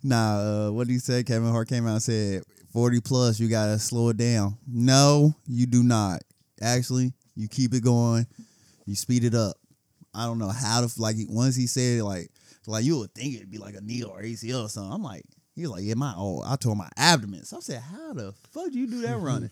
Speaker 1: Nah, uh, what did he say? Kevin Hart came out and said, 40 plus, you gotta slow it down. No, you do not. Actually, you keep it going. You speed it up. I don't know how to like once he said like like you would think it'd be like a knee or ACL or something. I'm like he was like yeah my oh I told my abdomen. So I said how the fuck do you do that running?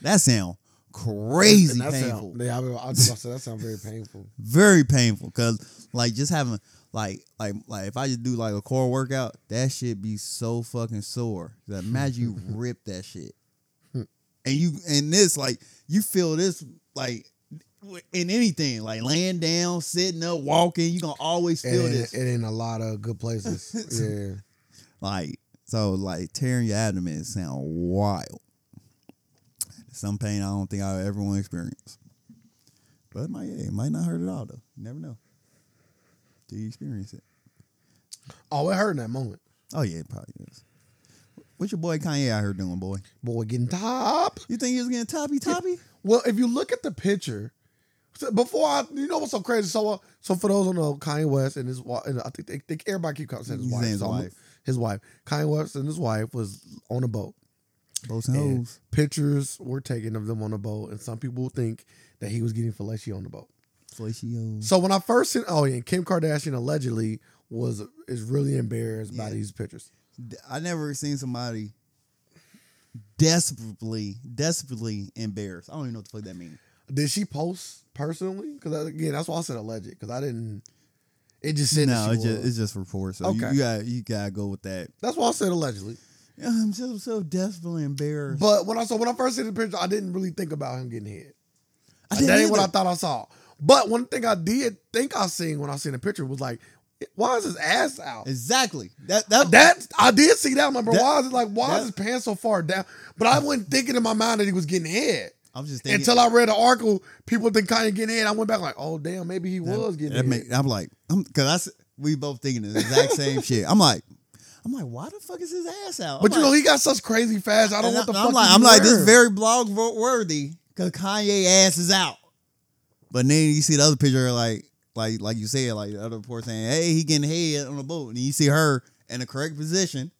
Speaker 1: that sound crazy
Speaker 2: And that sound-
Speaker 1: painful
Speaker 2: yeah, I, mean, I was about to say that sounds very painful.
Speaker 1: very painful because like just having like like like if I just do like a core workout, that shit be so fucking sore. 'Cause imagine you rip that shit, and you and this like you feel this like w- in anything like laying down, sitting up, walking, you gonna always
Speaker 2: And
Speaker 1: feel
Speaker 2: in,
Speaker 1: this
Speaker 2: and in a lot of good places. yeah.
Speaker 1: like so like tearing your abdomen sound wild. Some pain I don't think I ever want to experience. But it might yeah, it might not hurt at all though. You never know. Do you experience it?
Speaker 2: Oh, it hurt in that moment.
Speaker 1: Oh yeah, it probably is. What's your boy Kanye out here doing, boy?
Speaker 2: Boy, getting top.
Speaker 1: You think he was getting toppy toppy?
Speaker 2: Well, if you look at the picture, so before I, you know what's so crazy? So, uh, so for those who know, Kanye West and his wife, and I think they, they, everybody keep calling saying his
Speaker 1: He's
Speaker 2: wife.
Speaker 1: saying his
Speaker 2: so I'm-
Speaker 1: wife.
Speaker 2: his wife. Kanye West and his wife was on a boat.
Speaker 1: Both and
Speaker 2: and
Speaker 1: hoes.
Speaker 2: pictures were taken of them on the boat, and some people think that he was getting fellatio on the boat.
Speaker 1: Fellatio.
Speaker 2: So when I first seen, oh yeah, Kim Kardashian allegedly was is really embarrassed by
Speaker 1: Yeah.
Speaker 2: these pictures.
Speaker 1: I never seen somebody desperately, desperately embarrassed. I don't even know what the fuck that means.
Speaker 2: Did she post personally? Because again, that's why I said alleged. Because I didn't. It just said
Speaker 1: no,
Speaker 2: that she
Speaker 1: it's just,
Speaker 2: was.
Speaker 1: it's just reports. So you,
Speaker 2: Okay.
Speaker 1: you gotta you gotta go with that.
Speaker 2: that's why I said allegedly.
Speaker 1: I'm just so desperately embarrassed.
Speaker 2: But when I saw when I first seen the picture, I didn't really think about him getting hit.
Speaker 1: I
Speaker 2: that ain't
Speaker 1: didn't
Speaker 2: what I
Speaker 1: either.
Speaker 2: thought I saw. But one thing I did think I seen when I seen the picture was like, why is his ass out?
Speaker 1: Exactly. That that
Speaker 2: That I did see that. I'm like, bro,
Speaker 1: That-
Speaker 2: why is it like why is
Speaker 1: that-
Speaker 2: his pants so far down? But I wasn't thinking in my mind that he was getting hit.
Speaker 1: I was just thinking
Speaker 2: Until I read the article, people think Kanye getting hit. I went back like, oh damn, maybe he was getting
Speaker 1: That
Speaker 2: hit.
Speaker 1: make- I'm like, I'm because I s- we both thinking the exact same shit. I'm like, I'm like, why the fuck is his ass out?
Speaker 2: but
Speaker 1: I'm
Speaker 2: you
Speaker 1: like,
Speaker 2: know, he got such crazy fast. I
Speaker 1: And
Speaker 2: don't want the
Speaker 1: I'm
Speaker 2: fuck.
Speaker 1: like,
Speaker 2: he
Speaker 1: I'm like, this
Speaker 2: wearing.
Speaker 1: very blog vo- worthy because Kanye ass is out. But then you see the other picture, like, like, like you said, like the other report saying, hey, he getting head on the boat, and you see her in the correct position,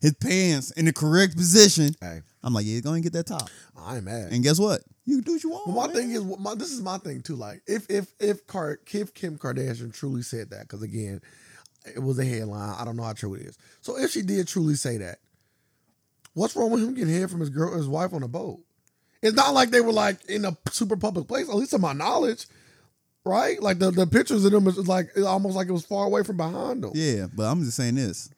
Speaker 1: his pants in the correct position.
Speaker 2: Hey,
Speaker 1: I'm like, yeah, go and get that top.
Speaker 2: I'm mad.
Speaker 1: And guess what? You can do what you want.
Speaker 2: But my
Speaker 1: man.
Speaker 2: thing is, my, this is my thing too. Like, if if if, Car- if Kim Kardashian truly said that, because again, it was a headline. I don't know how true it is. So if she did truly say that, what's wrong with him getting head from his girl, his wife on a boat? It's not like they were like in a super public place. At least to my knowledge, right? Like the, the pictures of them is like it almost like it was far away from behind them.
Speaker 1: yeah, but I'm just saying this.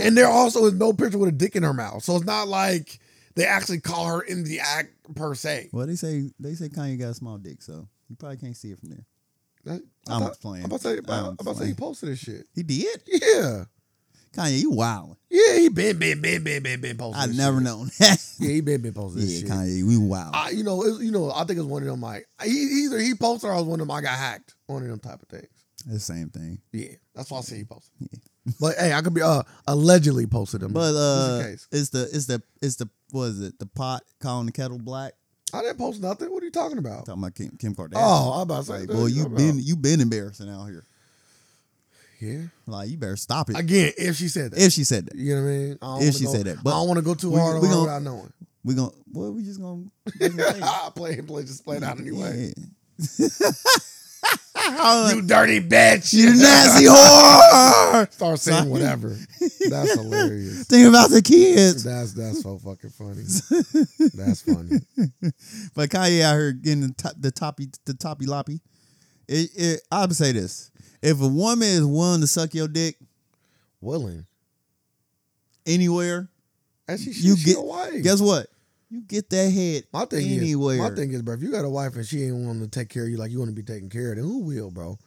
Speaker 2: And there also is no picture with a dick in her mouth. So it's not like they actually caught her in the act per se.
Speaker 1: Well, they say they say Kanye got a small dick, so you probably can't see it from there.
Speaker 2: I, I
Speaker 1: I'm
Speaker 2: thought-
Speaker 1: playing.
Speaker 2: I'm about to say, I'm
Speaker 1: I'm
Speaker 2: about to say
Speaker 1: playing.
Speaker 2: he posted this shit.
Speaker 1: He did.
Speaker 2: Yeah.
Speaker 1: Kanye, you wilding.
Speaker 2: Yeah, he been, been, been, been, been, been posting.
Speaker 1: I
Speaker 2: this
Speaker 1: never
Speaker 2: shit.
Speaker 1: known that.
Speaker 2: Yeah, he been, been posting this
Speaker 1: yeah,
Speaker 2: shit.
Speaker 1: Kanye, we wild.
Speaker 2: I, you know, it, you know, I think it's one of them like he, either he posted or I was one of them I got hacked. One of them type of things.
Speaker 1: That's the same thing.
Speaker 2: Yeah, that's why I say he posted. But hey, I could be uh allegedly posted them.
Speaker 1: But
Speaker 2: Just in
Speaker 1: uh,
Speaker 2: Mm-hmm. case.
Speaker 1: it's the it's the it's the what is it? The pot calling the kettle black.
Speaker 2: I didn't post nothing. What are you talking about?
Speaker 1: talking about Kim, Kim Kardashian.
Speaker 2: Oh, I'm about to say,
Speaker 1: like,
Speaker 2: dude,
Speaker 1: boy, you
Speaker 2: I'm
Speaker 1: been
Speaker 2: out.
Speaker 1: you been embarrassing out here.
Speaker 2: yeah.
Speaker 1: Like you better stop it.
Speaker 2: Again, if she said that,
Speaker 1: if she said that,
Speaker 2: you know what I mean. I don't
Speaker 1: if
Speaker 2: wanna
Speaker 1: she
Speaker 2: go-
Speaker 1: said that, but
Speaker 2: I don't want to go too
Speaker 1: we-
Speaker 2: hard
Speaker 1: we
Speaker 2: on her
Speaker 1: gon-
Speaker 2: without knowing.
Speaker 1: we gonna boy, we just gonna
Speaker 2: play, play, just play it out anyway.
Speaker 1: Yeah.
Speaker 2: You dirty bitch.
Speaker 1: you nasty whore.
Speaker 2: Start saying whatever. That's hilarious.
Speaker 1: Think about the kids.
Speaker 2: That's that's so fucking funny. That's funny.
Speaker 1: But Kanye out here getting the, top, the toppy, the toppy loppy. It, it, I would say this: if a woman is willing to suck your dick
Speaker 2: Willing.
Speaker 1: anywhere,
Speaker 2: And she, she,
Speaker 1: You
Speaker 2: she
Speaker 1: get-
Speaker 2: a wife.
Speaker 1: guess what? You get that head
Speaker 2: my thing
Speaker 1: anywhere.
Speaker 2: is, my thing is, bro, if you got a wife and she ain't wanting to take care of you like you want to be taken care of, then who will, bro?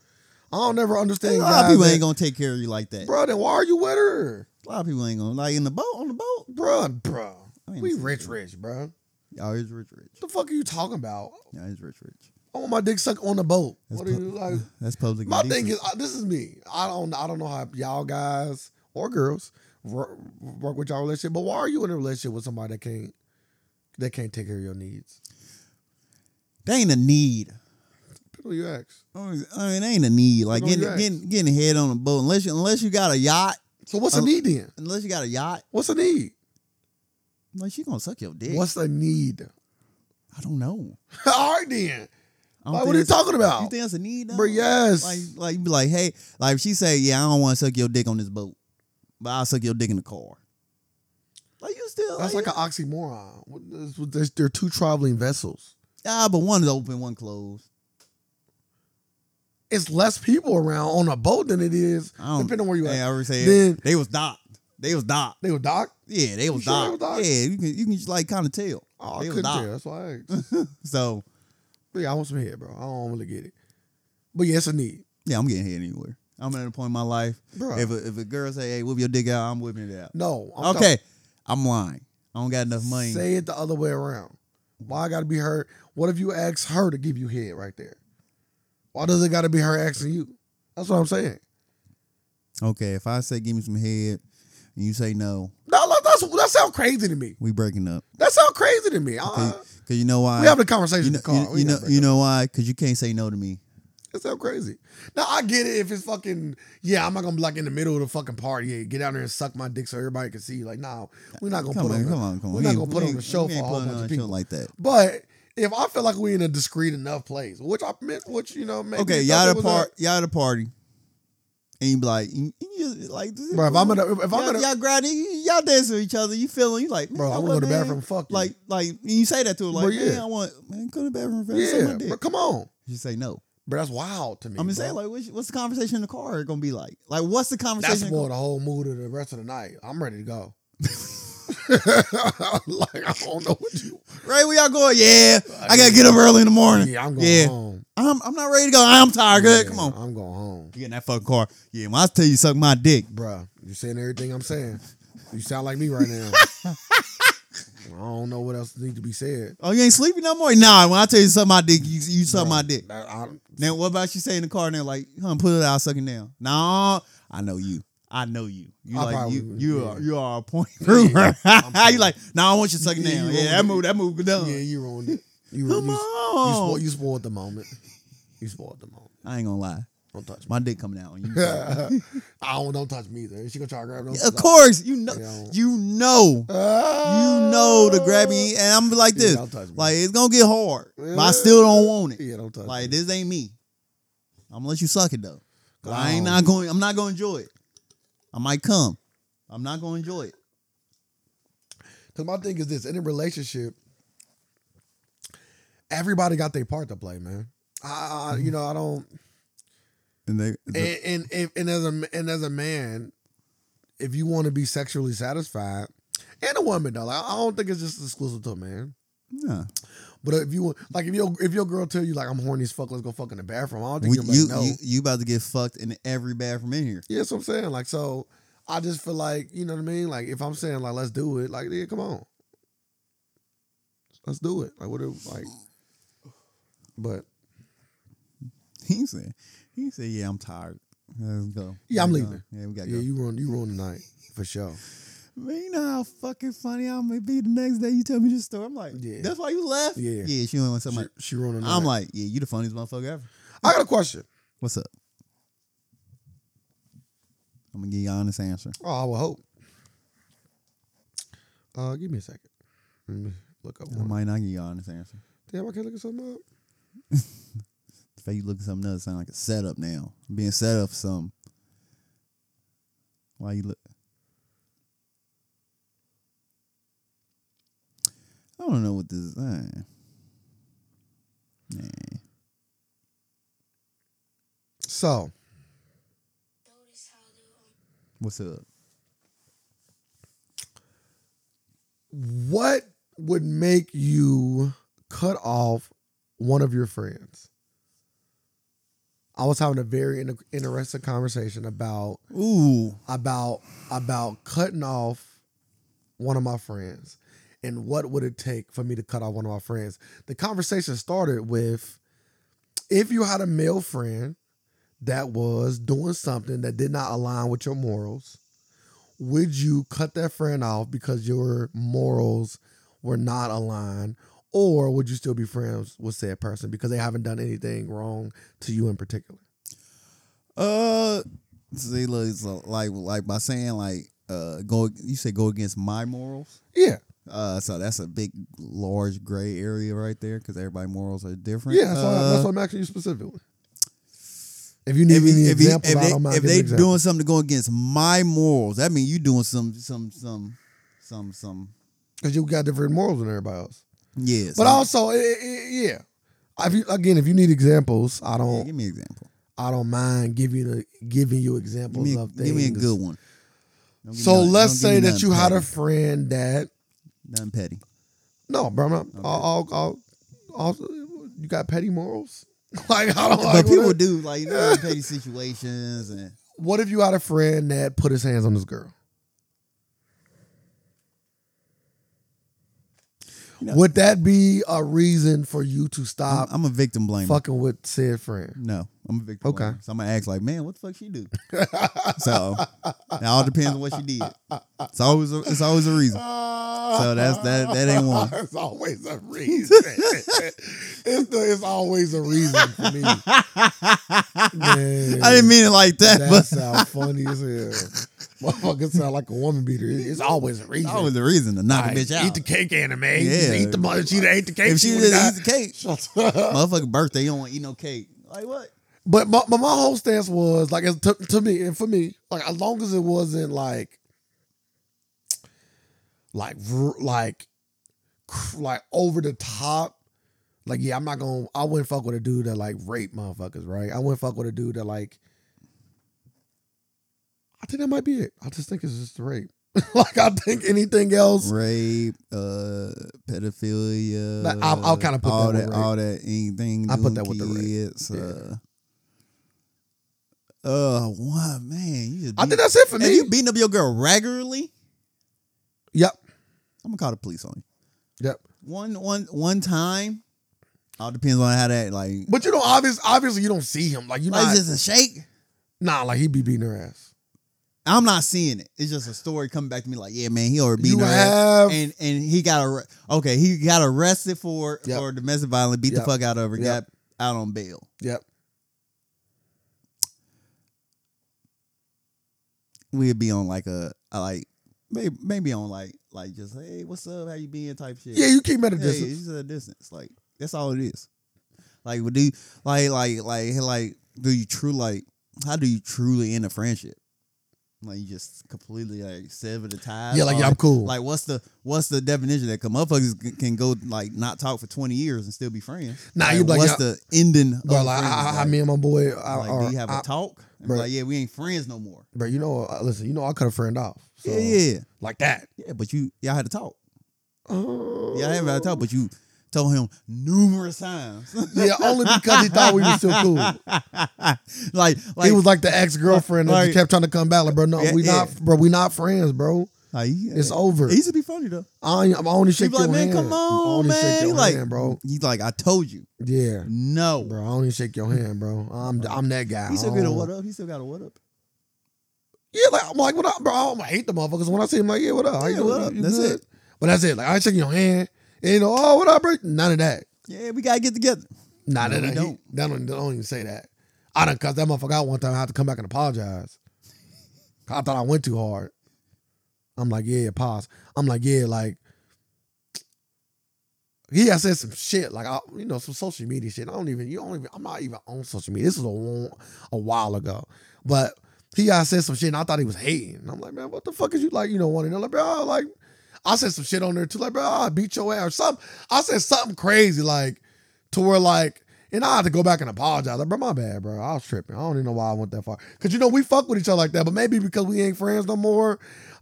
Speaker 2: I don't never understand.
Speaker 1: a lot of
Speaker 2: guys
Speaker 1: people
Speaker 2: that-
Speaker 1: ain't gonna take care of you like that.
Speaker 2: Bro, then why are you with her,
Speaker 1: A lot of people ain't gonna like in the boat on the boat.
Speaker 2: bro? Bro,
Speaker 1: I ain't
Speaker 2: we
Speaker 1: saying
Speaker 2: rich,
Speaker 1: that.
Speaker 2: rich, bro. What
Speaker 1: Y'all is rich, rich.
Speaker 2: the fuck are you talking about?
Speaker 1: Y'all is rich, rich.
Speaker 2: I want my dick sucked on the boat.
Speaker 1: That's
Speaker 2: what are you
Speaker 1: pu-
Speaker 2: like?
Speaker 1: That's public.
Speaker 2: My thing
Speaker 1: indecency.
Speaker 2: is, uh, this is me. I don't, I don't know how y'all guys or girls work, work with y'all relationship. But why are you in a relationship with somebody that can't, that can't take care of your needs?
Speaker 1: that ain't a need.
Speaker 2: People you ask.
Speaker 1: I mean, that ain't a need. Like
Speaker 2: People
Speaker 1: getting
Speaker 2: don't
Speaker 1: getting getting head on a boat unless you unless you got a yacht
Speaker 2: So what's the
Speaker 1: Uh,
Speaker 2: need then?
Speaker 1: unless you got a yacht
Speaker 2: What's the need?
Speaker 1: Like she gonna suck your dick.
Speaker 2: What's the need?
Speaker 1: I don't know.
Speaker 2: All right, then.
Speaker 1: I don't
Speaker 2: Like,
Speaker 1: think
Speaker 2: what are you
Speaker 1: it's-
Speaker 2: talking about?
Speaker 1: You think that's a need? though?
Speaker 2: Bro, yes.
Speaker 1: Like, like you be like, hey, like if she say, yeah, I don't want to suck your dick on this boat, but I'll suck your dick in the car. Like you still
Speaker 2: That's like an oxymoron. What- this- what- this- They're two traveling vessels.
Speaker 1: ah, but one is open, one closed.
Speaker 2: It's less people around on a boat than it is,
Speaker 1: I don't-
Speaker 2: depending on where you
Speaker 1: Hey, I
Speaker 2: at.
Speaker 1: already said
Speaker 2: Then-
Speaker 1: they was docked. They was docked.
Speaker 2: They go, Doc?
Speaker 1: Yeah, they was
Speaker 2: sure they
Speaker 1: docked.
Speaker 2: was docked?
Speaker 1: Yeah, you can you can just like kind of tell.
Speaker 2: Oh, I
Speaker 1: They was
Speaker 2: couldn't
Speaker 1: docked.
Speaker 2: tell. That's why I asked.
Speaker 1: So
Speaker 2: But yeah, I want some head, bro. I don't really get it. But yeah, it's a need.
Speaker 1: yeah, I'm getting hit anywhere. I'm at a point in my life.
Speaker 2: Bro.
Speaker 1: If a, if a girl say, hey, whip your dick out, I'm whipping it out.
Speaker 2: No. I'm
Speaker 1: okay, I'm lying. I don't got enough money.
Speaker 2: talking- Say it the other way around. Why I gotta be her? What if you ask her to give you head right there? Why does it gotta be her asking you? That's what I'm saying.
Speaker 1: Okay, if I say give me some head and you say no,
Speaker 2: No, no, that's that sounds crazy to me.
Speaker 1: we breaking up.
Speaker 2: That sounds crazy to me.
Speaker 1: Cause,
Speaker 2: Uh,
Speaker 1: 'cause you know why?
Speaker 2: we having a conversation
Speaker 1: you
Speaker 2: in
Speaker 1: know,
Speaker 2: the car.
Speaker 1: you, you know, you know why? Because you can't say no to me.
Speaker 2: That sounds crazy. Now I get it if it's fucking yeah, I'm not gonna be like in the middle of the fucking party. Hey, get down there and suck my dick so everybody can see. Like, no, we're not gonna
Speaker 1: Come
Speaker 2: put
Speaker 1: on,
Speaker 2: on, the-
Speaker 1: come on, come on.
Speaker 2: We're
Speaker 1: We
Speaker 2: not
Speaker 1: ain't-
Speaker 2: gonna put
Speaker 1: we
Speaker 2: on the
Speaker 1: ain't-
Speaker 2: show
Speaker 1: we
Speaker 2: for a
Speaker 1: ain't
Speaker 2: whole
Speaker 1: putting
Speaker 2: bunch
Speaker 1: on
Speaker 2: of
Speaker 1: a show
Speaker 2: people.
Speaker 1: like that.
Speaker 2: But if I feel like we in a discreet enough place, which I meant, which you know, maybe
Speaker 1: Okay,
Speaker 2: you
Speaker 1: y'all at
Speaker 2: thought it
Speaker 1: a
Speaker 2: was
Speaker 1: part, y'all at a party, and you be like, you, you just, like, this
Speaker 2: a-
Speaker 1: is
Speaker 2: Bro, if I'm
Speaker 1: cool.
Speaker 2: gonna, if I'm
Speaker 1: y'all,
Speaker 2: gonna,
Speaker 1: y'all grinding, you- y'all dancing with each other, you feeling, you like, man,
Speaker 2: bro,
Speaker 1: I
Speaker 2: I wanna
Speaker 1: want
Speaker 2: go to the
Speaker 1: man.
Speaker 2: bathroom. Fuck you.
Speaker 1: Like, like and you say that to her, like,
Speaker 2: Bro,
Speaker 1: man,
Speaker 2: yeah.
Speaker 1: I want, man, go to the bathroom, fam, suck my
Speaker 2: yeah,
Speaker 1: dick.
Speaker 2: bro, come on,
Speaker 1: You say no.
Speaker 2: bro, that's wild to me.
Speaker 1: I'm
Speaker 2: bro.
Speaker 1: just saying, like, what's, what's the conversation in the car gonna be like? Like, what's the conversation?
Speaker 2: that's
Speaker 1: in the
Speaker 2: more the whole mood of the rest of the night. I'm ready to go. like I don't know what you.
Speaker 1: Right where y'all going? Yeah, I gotta get up early in the morning.
Speaker 2: Yeah, I'm going
Speaker 1: Yeah.
Speaker 2: home.
Speaker 1: I'm, I'm not ready to go. I'm tired. Good,
Speaker 2: Yeah,
Speaker 1: come on.
Speaker 2: I'm going home,
Speaker 1: You get in that fucking car. Yeah, when I tell you suck my dick,
Speaker 2: Bruh, You saying everything I'm saying. You sound like me right now. I don't know what else needs to be said.
Speaker 1: oh you ain't sleeping no more. Nah, when I tell you suck my dick, you, you suck
Speaker 2: Bruh,
Speaker 1: my dick.
Speaker 2: that- I-
Speaker 1: Now what about you stay in the car and they're like, huh, put it out, suck it down. Nah, I know you. I know you. You
Speaker 2: I
Speaker 1: like
Speaker 2: probably
Speaker 1: you
Speaker 2: would,
Speaker 1: you
Speaker 2: yeah.
Speaker 1: are you are a point
Speaker 2: Yeah,
Speaker 1: prover.
Speaker 2: I'm proud.
Speaker 1: you like, nah, I want you to suck it
Speaker 2: Yeah,
Speaker 1: down.
Speaker 2: you
Speaker 1: Yeah, that
Speaker 2: wrong.
Speaker 1: move that move done.
Speaker 2: Yeah, you ruined it. You
Speaker 1: Come
Speaker 2: ruined you, you, spoiled,
Speaker 1: on.
Speaker 2: you spoiled the moment. You spoiled the moment.
Speaker 1: I ain't gonna lie.
Speaker 2: Don't touch me.
Speaker 1: My dick coming out on you.
Speaker 2: I don't don't touch me either. She gonna try to grab it.
Speaker 1: of course, you know
Speaker 2: Yeah.
Speaker 1: you know
Speaker 2: "Ah."
Speaker 1: you know to grab me, and I'm like
Speaker 2: Yeah,
Speaker 1: this,
Speaker 2: don't touch me.
Speaker 1: like it's gonna get hard, but I still don't want it.
Speaker 2: Yeah, don't touch
Speaker 1: Like
Speaker 2: me.
Speaker 1: this ain't me. I'm gonna let you suck it though. 'Cause I ain't
Speaker 2: Oh.
Speaker 1: not going. I'm not gonna enjoy it. I might come. I'm not gonna enjoy it.
Speaker 2: Because my thing is this: in a relationship, everybody got their part to play, man. I, I you know, I don't.
Speaker 1: And they,
Speaker 2: and and, and, and as a and as a man, if you want to be sexually satisfied, and a woman though, like, I don't think it's just exclusive to a man.
Speaker 1: nah.
Speaker 2: But if you want, like, if your if your girl tell you like I'm horny as fuck, let's go fuck in the bathroom. I don't think
Speaker 1: We-
Speaker 2: you're like
Speaker 1: you,
Speaker 2: no.
Speaker 1: you you about to get fucked in every bathroom in here.
Speaker 2: yeah, that's what I'm saying. Like, so I just feel like you know what I mean. Like, if I'm saying like let's do it, like yeah, come on, let's do it. Like, what if like, but
Speaker 1: He said, he said, yeah, I'm tired. Let's go.
Speaker 2: Yeah, I'm
Speaker 1: Let's go.
Speaker 2: leaving.
Speaker 1: Yeah, we gotta
Speaker 2: yeah,
Speaker 1: go.
Speaker 2: you ruined you ruined the night for sure.
Speaker 1: Man, you know how fucking funny I'm gonna be the next day. You tell me this story. I'm like,
Speaker 2: Yeah.
Speaker 1: that's why you left.
Speaker 2: Yeah.
Speaker 1: yeah. She went with somebody.
Speaker 2: she, she ruined the night.
Speaker 1: I'm like, yeah, you the funniest motherfucker ever.
Speaker 2: I got a question.
Speaker 1: What's up? I'm gonna give you an honest answer.
Speaker 2: Oh, I would hope. Uh, give me a second. Let me look up
Speaker 1: I
Speaker 2: one.
Speaker 1: might not give you an honest answer.
Speaker 2: Damn, I can't look at something up.
Speaker 1: The fact you look at something else sound like a setup now. I'm being set up for something. Why you look? I don't know what this is. Uh, nah.
Speaker 2: So,
Speaker 1: What's up?
Speaker 2: what would make you cut off one of your friends? I was having a very in- interesting conversation about
Speaker 1: Ooh.
Speaker 2: about about cutting off one of my friends and what would it take for me to cut off one of my friends the conversation started with if you had a male friend that was doing something that did not align with your morals would you cut that friend off because your morals were not aligned or would you still be friends with said person because they haven't done anything wrong to you in particular
Speaker 1: Uh, see, look, it's like like by saying like uh, go. You say go against my morals.
Speaker 2: yeah
Speaker 1: Uh, so that's a big, large gray area right there because everybody morals are different.
Speaker 2: Yeah, that's, why, that's
Speaker 1: Uh,
Speaker 2: why I'm asking you specifically. If you need any
Speaker 1: if, he- if
Speaker 2: examples,
Speaker 1: they,
Speaker 2: I don't mind
Speaker 1: if they
Speaker 2: giving examples.
Speaker 1: doing something to go against my morals, that means you doing some some some some some
Speaker 2: because you got different morals than everybody else.
Speaker 1: yeah.
Speaker 2: But
Speaker 1: some-
Speaker 2: also, i i i- yeah. If you, again, if you need examples, I
Speaker 1: yeah,
Speaker 2: don't,
Speaker 1: give me an example.
Speaker 2: I don't mind giving the, giving you
Speaker 1: Give
Speaker 2: examples
Speaker 1: me,
Speaker 2: of things.
Speaker 1: give me a good one. Don't give me
Speaker 2: So
Speaker 1: none-
Speaker 2: let's
Speaker 1: don't
Speaker 2: say
Speaker 1: give me
Speaker 2: that
Speaker 1: nothing
Speaker 2: you had a
Speaker 1: petty.
Speaker 2: friend that
Speaker 1: nothing petty.
Speaker 2: no, bro, I'm not, I'll, I'll, I'll, I'll- you got petty morals. like I don't.
Speaker 1: But
Speaker 2: like,
Speaker 1: people
Speaker 2: what,
Speaker 1: do like you know petty situations and
Speaker 2: what if you had a friend that put his hands on this girl?
Speaker 1: You know-
Speaker 2: Would that be a reason for you to
Speaker 1: I'm,
Speaker 2: stop
Speaker 1: I'm a victim blamer.
Speaker 2: fucking with said friend?
Speaker 1: No, I'm a victim.
Speaker 2: Okay.
Speaker 1: blamer. So I'm gonna ask like, man, what the fuck she do? so it all depends on what she did. It's always a, it's always a reason.
Speaker 2: So
Speaker 1: that's- that- that ain't one.
Speaker 2: It's always a reason. it's, the, it's always a reason for me. Man,
Speaker 1: I didn't mean it like that,
Speaker 2: that
Speaker 1: but
Speaker 2: sound funny as hell. Motherfucker sound like a woman beater. It- It's always a reason.
Speaker 1: it's always a reason to knock
Speaker 2: Like,
Speaker 1: a bitch out.
Speaker 2: Eat the cake, anime.
Speaker 1: Yeah.
Speaker 2: Eat the mother. She done ate the cake.
Speaker 1: if she
Speaker 2: would've
Speaker 1: just eats the cake,
Speaker 2: died.
Speaker 1: motherfucker birthday, you don't want to eat no cake. Like what?
Speaker 2: But my, my, my whole stance was like as to, to me and for me, like as long as it wasn't like like ver- like cr- like over the top, like yeah, I'm not gonna I wouldn't fuck with a dude that like rape motherfuckers, right? I wouldn't fuck with a dude that like I think that might be it. I just think it's just rape. like I think anything else
Speaker 1: Rape, uh, pedophilia.
Speaker 2: Like, I'll- I'll kinda put
Speaker 1: all
Speaker 2: that with rape.
Speaker 1: all that anything.
Speaker 2: I put
Speaker 1: doing
Speaker 2: that with the rape.
Speaker 1: kids,
Speaker 2: Yeah.
Speaker 1: Uh, uh, what man? You just
Speaker 2: I think
Speaker 1: beat-
Speaker 2: that's it for
Speaker 1: If
Speaker 2: me.
Speaker 1: you beating up your girl regularly,
Speaker 2: yep.
Speaker 1: I'm gonna call the police on you.
Speaker 2: Yep.
Speaker 1: One one one time. All depends on how that like.
Speaker 2: But you don't obvious obviously you don't see him. Like you
Speaker 1: Like
Speaker 2: not
Speaker 1: it's just a shake.
Speaker 2: nah, like he be beating her ass.
Speaker 1: I'm not seeing it. It's just a story coming back to me like, yeah, man, he already
Speaker 2: You
Speaker 1: beat her ass.
Speaker 2: have
Speaker 1: and and he got arre- okay, he got arrested for
Speaker 2: Yep.
Speaker 1: for domestic violence, beat
Speaker 2: Yep.
Speaker 1: the fuck out of her,
Speaker 2: Yep.
Speaker 1: got out on bail.
Speaker 2: Yep.
Speaker 1: We'd be on like a a like maybe maybe on like like just hey, what's up? How you been? Type shit.
Speaker 2: Yeah, you keep him at a
Speaker 1: Yeah,
Speaker 2: distance.
Speaker 1: yeah, it's at a distance. Like that's all it is. Like do you, like like like like do you true like how do you truly end a friendship? Like you just completely like sever the ties.
Speaker 2: Yeah, like
Speaker 1: Or,
Speaker 2: yeah, I'm cool.
Speaker 1: Like what's the what's the definition that 'Cause motherfuckers c- can go like not talk for twenty years and still be friends?
Speaker 2: Nah, you be like,
Speaker 1: what's
Speaker 2: yeah.
Speaker 1: the ending?
Speaker 2: bro,
Speaker 1: of
Speaker 2: like
Speaker 1: friends?
Speaker 2: I, I,
Speaker 1: Like,
Speaker 2: me and my boy, I,
Speaker 1: like,
Speaker 2: or,
Speaker 1: do you have a
Speaker 2: I-
Speaker 1: talk? And be
Speaker 2: bro.
Speaker 1: like yeah, we ain't friends no more.
Speaker 2: bro, you know, uh, listen, you know, I cut a friend off. So,
Speaker 1: yeah, yeah,
Speaker 2: like that.
Speaker 1: yeah. But you y'all had to talk.
Speaker 2: Oh.
Speaker 1: Y'all had to talk, but you told him numerous times.
Speaker 2: yeah, only because he thought we were still cool.
Speaker 1: like, like,
Speaker 2: he was like the ex girlfriend that
Speaker 1: like-
Speaker 2: just kept trying to come back. Like, bro, no,
Speaker 1: Yeah,
Speaker 2: we
Speaker 1: yeah.
Speaker 2: not, bro, we not friends, bro.
Speaker 1: like, he-
Speaker 2: It's over.
Speaker 1: It used to be funny though.
Speaker 2: I, ain't- I'm only shake
Speaker 1: People like,
Speaker 2: your
Speaker 1: man,
Speaker 2: hand.
Speaker 1: come
Speaker 2: I
Speaker 1: on,
Speaker 2: only shake
Speaker 1: man.
Speaker 2: your
Speaker 1: He like,
Speaker 2: hand, bro.
Speaker 1: He's like, I told you,
Speaker 2: Yeah,
Speaker 1: no.
Speaker 2: bro, I only shake your hand, bro. I'm, I'm that guy.
Speaker 1: He still
Speaker 2: I
Speaker 1: got a
Speaker 2: don't-
Speaker 1: what up. He still got a what up.
Speaker 2: Yeah, like I'm like, what up, bro? I don't hate the motherfuckers. When I see him, like, yeah, what up? How
Speaker 1: Yeah,
Speaker 2: you
Speaker 1: what
Speaker 2: doing?
Speaker 1: up?
Speaker 2: You
Speaker 1: That's
Speaker 2: good?
Speaker 1: it.
Speaker 2: But that's it. Like, I ain't shaking your hand. And you know, oh, what up, bro? None of that.
Speaker 1: Yeah, we gotta get together.
Speaker 2: Nah,
Speaker 1: No,
Speaker 2: that,
Speaker 1: we
Speaker 2: that,
Speaker 1: don't.
Speaker 2: don't. That don't, don't even say that. I done cussed that motherfucker out one time. I had to come back and apologize. I thought I went too hard. I'm like, yeah, pause. I'm like, yeah, like he had said some shit, like I, you know, some social media shit. I don't even, you don't even, I'm not even on social media. This was a long, a while ago, but he had said some shit, and I thought he was hating. And I'm like, man, what the fuck is you like? You know, wanting? Like, bro, I like I said some shit on there too, like, bro, I beat your ass or something. I said something crazy, like to where like, and I had to go back and apologize. Like, bro, my bad, bro. I was tripping. I don't even know why I went that far. Cause you know, we fuck with each other like that, but maybe because we ain't friends no more.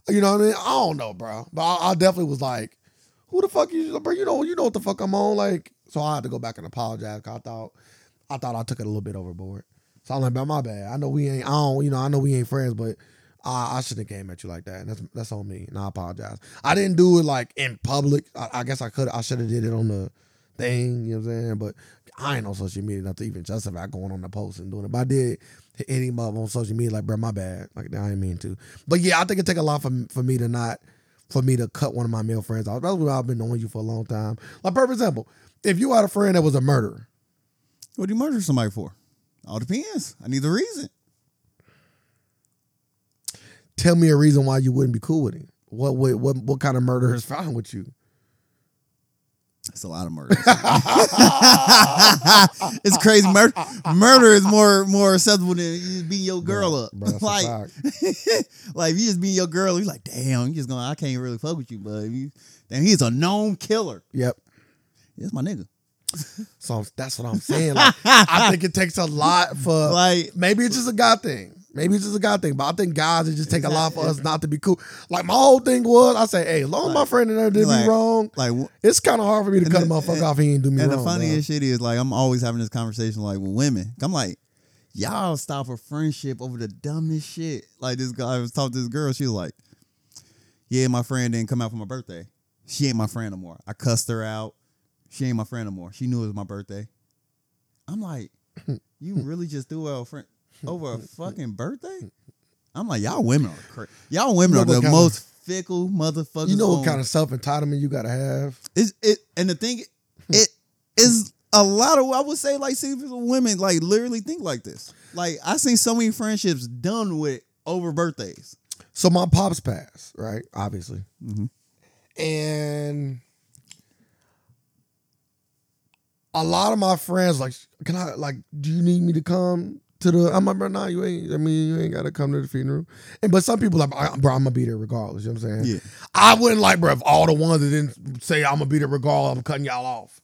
Speaker 2: You know what I mean? I don't know, bro. But I, I definitely was like, who the fuck you bro? You know, you know what the fuck I'm on. Like, so I had to go back and apologize. 'cause I thought I thought I took it a little bit overboard. So I'm like, bro, my bad. I know we ain't I don't, you know, I know we ain't friends, but I, I shouldn't have came at you like that. And that's that's on me. And I apologize. I didn't do it like in public. I, I guess I could I should have did it on the thing, you know what I'm saying? But I ain't on social media enough to even justify going on the post and doing it. But I did hit him up on social media, like, bro, my bad. Like I didn't mean to. But yeah, I think it take a lot for for me to not for me to cut one of my male friends off. That's why I've been knowing you for a long time. Like, for example, if you had a friend that was a murderer,
Speaker 1: What do you murder somebody for? All depends. I need the reason.
Speaker 2: tell me a reason why you wouldn't be cool with him. What what what, what kind of murder is found with you?
Speaker 1: It's a lot of murders. it's crazy. Mur- murder is more more acceptable than you beating your girl
Speaker 2: Bruh,
Speaker 1: up.
Speaker 2: bruh, that's a
Speaker 1: like,
Speaker 2: fact.
Speaker 1: like if you just beat your girl, you like, damn, you just gonna I can't really fuck with you, but you damn, he's a known killer.
Speaker 2: yep.
Speaker 1: That's my nigga.
Speaker 2: So I'm- that's what I'm saying. Like, I think it takes a lot for
Speaker 1: Like
Speaker 2: maybe it's just a God thing. Maybe it's just a God thing. But I think guys, it just take a lot for us not to be cool. Like my whole thing was, I say, hey, as long as my friend and her did
Speaker 1: like-
Speaker 2: me wrong,
Speaker 1: like w-
Speaker 2: it's kind of hard for me to
Speaker 1: And
Speaker 2: cut
Speaker 1: the-
Speaker 2: a motherfucker off. He ain't do me
Speaker 1: and
Speaker 2: wrong.
Speaker 1: the funniest shit is like I'm always having this conversation like with women. I'm like, y'all stop a friendship over the dumbest shit. Like this guy I was talking to this girl, she was like, Yeah, my friend didn't come out for my birthday. She ain't my friend no more. I cussed her out. She ain't my friend no more. She knew it was my birthday. I'm like, you really just threw out a friend over a fucking birthday? I'm like, y'all women are crazy. Y'all women
Speaker 2: know
Speaker 1: are
Speaker 2: what
Speaker 1: the
Speaker 2: kinda-
Speaker 1: most fickle motherfuckers.
Speaker 2: you know
Speaker 1: on
Speaker 2: what kind of self entitlement you gotta have.
Speaker 1: it's it and the thing
Speaker 2: Hmm.
Speaker 1: it is a lot of I would say like see women like literally think like this. Like I seen so many friendships done with over birthdays.
Speaker 2: So my pops passed, right? Obviously,
Speaker 1: Mhm.
Speaker 2: and a lot of my friends like, can I like? Do you need me to come to the? I'm like, bro, nah, you ain't. I mean, you ain't gotta come to the funeral. And but some people like, I- bro, I'm gonna be there regardless. You know what I'm saying?
Speaker 1: Yeah.
Speaker 2: I wouldn't like, bro, if all the ones that didn't say I'm gonna be there regardless, I'm cutting y'all off.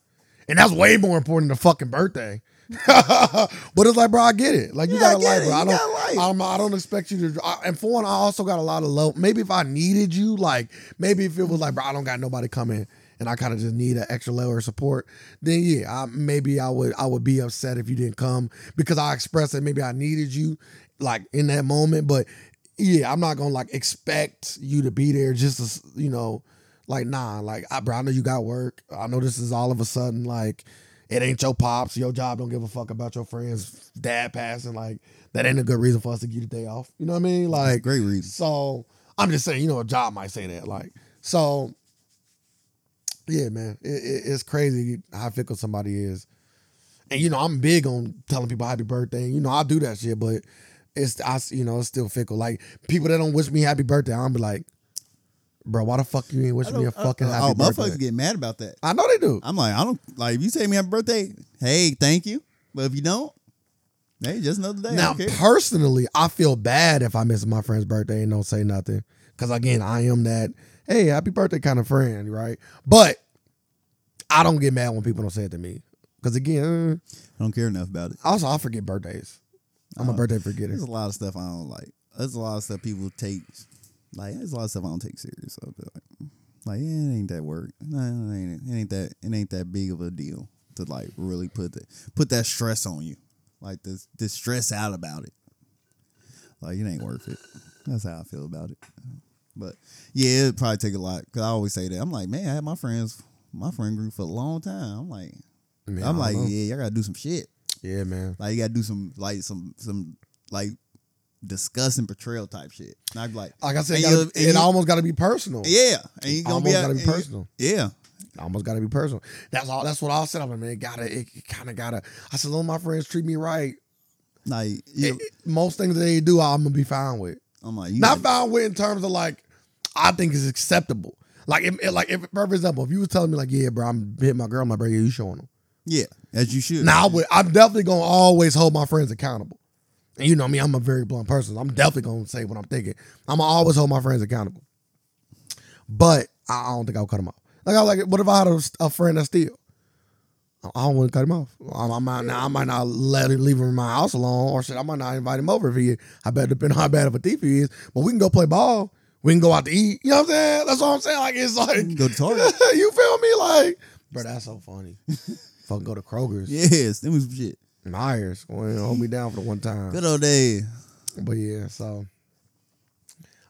Speaker 2: And that's way more important than a fucking birthday. but it's like, bro, I get it. Like you
Speaker 1: Yeah, I
Speaker 2: gotta
Speaker 1: get
Speaker 2: like,
Speaker 1: it.
Speaker 2: bro. I
Speaker 1: You
Speaker 2: don't.
Speaker 1: gotta like.
Speaker 2: I'm, I don't expect you to. I, and for one, I also got a lot of love. Maybe if I needed you, like maybe if it was like, bro, I don't got nobody coming, and I kind of just need an extra layer of support. Then yeah, I, maybe I would I would be upset if you didn't come because I expressed that maybe I needed you, like in that moment. But yeah, I'm not gonna like expect you to be there just to s- you know, like nah, like I, bro, I know you got work. I know this is all of a sudden like it ain't your pops. Your job don't give a fuck about your friends. Dad passing like that ain't a good reason for us to get a day off. You know what I mean? Like
Speaker 1: Great reason.
Speaker 2: so I'm just saying, you know, a job might say that. Like, so yeah, man, it, it, it's crazy how fickle somebody is. And you know, I'm big on telling people happy birthday. And, you know, I do that shit, but it's I, s- you know, it's still fickle. Like people that don't wish me happy birthday, I'm be like, bro, why the fuck you ain't wishing me a fucking happy
Speaker 1: oh,
Speaker 2: birthday?
Speaker 1: motherfuckers get mad about that.
Speaker 2: I know they do.
Speaker 1: I'm like, I don't like if you say me happy birthday, hey, thank you. But if you don't, hey, just another day.
Speaker 2: Now,
Speaker 1: I don't care.
Speaker 2: personally, I feel bad if I miss my friend's birthday and don't say nothing. Because again, I am that, hey, happy birthday kind of friend, right? But I don't get mad when people don't say it to me. Because again, uh,
Speaker 1: I don't care enough about it.
Speaker 2: also, I forget birthdays. I'm a
Speaker 1: Oh.
Speaker 2: birthday forgetter.
Speaker 1: There's a lot of stuff I don't like. There's a lot of stuff people take like there's a lot of stuff I don't take serious. So I'll be like, like yeah, it ain't that work. No, it ain't it ain't that it ain't that big of a deal to like really put the put that stress on you. Like this this stress out about it. Like it ain't worth it. That's how I feel about it. But yeah, it'd probably take a lot. Cause I always say that. I'm like, man, I had my friends my friend group for a long time. I'm like
Speaker 2: Man,
Speaker 1: I'm
Speaker 2: I
Speaker 1: like,
Speaker 2: don't know.
Speaker 1: yeah, y'all gotta do some shit.
Speaker 2: yeah, man.
Speaker 1: Like you gotta do some like some some like discussing portrayal type shit. And I'd be like,
Speaker 2: Like I said,
Speaker 1: And
Speaker 2: gotta-
Speaker 1: you- and
Speaker 2: it
Speaker 1: you-
Speaker 2: almost got to be personal.
Speaker 1: yeah, and you gonna be,
Speaker 2: Almost
Speaker 1: out-
Speaker 2: gotta be
Speaker 1: and you-
Speaker 2: personal.
Speaker 1: Yeah,
Speaker 2: almost gotta be personal. That's all. That's what I said. I'm like, man, it gotta. It, kind of gotta. I said, long as my friends treat me right.
Speaker 1: like you,
Speaker 2: it- most things that they do, I'm gonna be fine with.
Speaker 1: I'm like, you gotta-
Speaker 2: not found with in terms of like I think is acceptable. Like if if- like if for example, if you was telling me like, yeah, bro, I'm hitting my girl, my bro, yeah, you showing them.
Speaker 1: yeah, as you should.
Speaker 2: Now I would I'm definitely gonna always hold my friends accountable. And you know me, I'm a very blunt person. I'm definitely gonna say what I'm thinking. I'm gonna always hold my friends accountable. But I I don't think I'll cut them off. Like I like, what if I had a, a friend that steal? I I don't want to cut him off. I, I might not, I might not let him leave him in my house alone, or shit. I might not invite him over if he. I bet depending on how bad of a thief he is. But we can go play ball. We can go out to eat. You know what I'm saying? That's what I'm saying. Like it's like
Speaker 1: Go to Target.
Speaker 2: you feel me? Like, bro, that's so funny. Fucking go to Kroger's.
Speaker 1: yes, them was some shit.
Speaker 2: Myers going to hold me down for the one time.
Speaker 1: Good old days.
Speaker 2: But yeah, so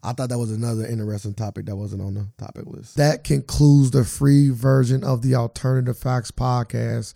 Speaker 2: I thought that was another interesting topic that wasn't on the topic list. That concludes the free version of the Alternative Facts podcast.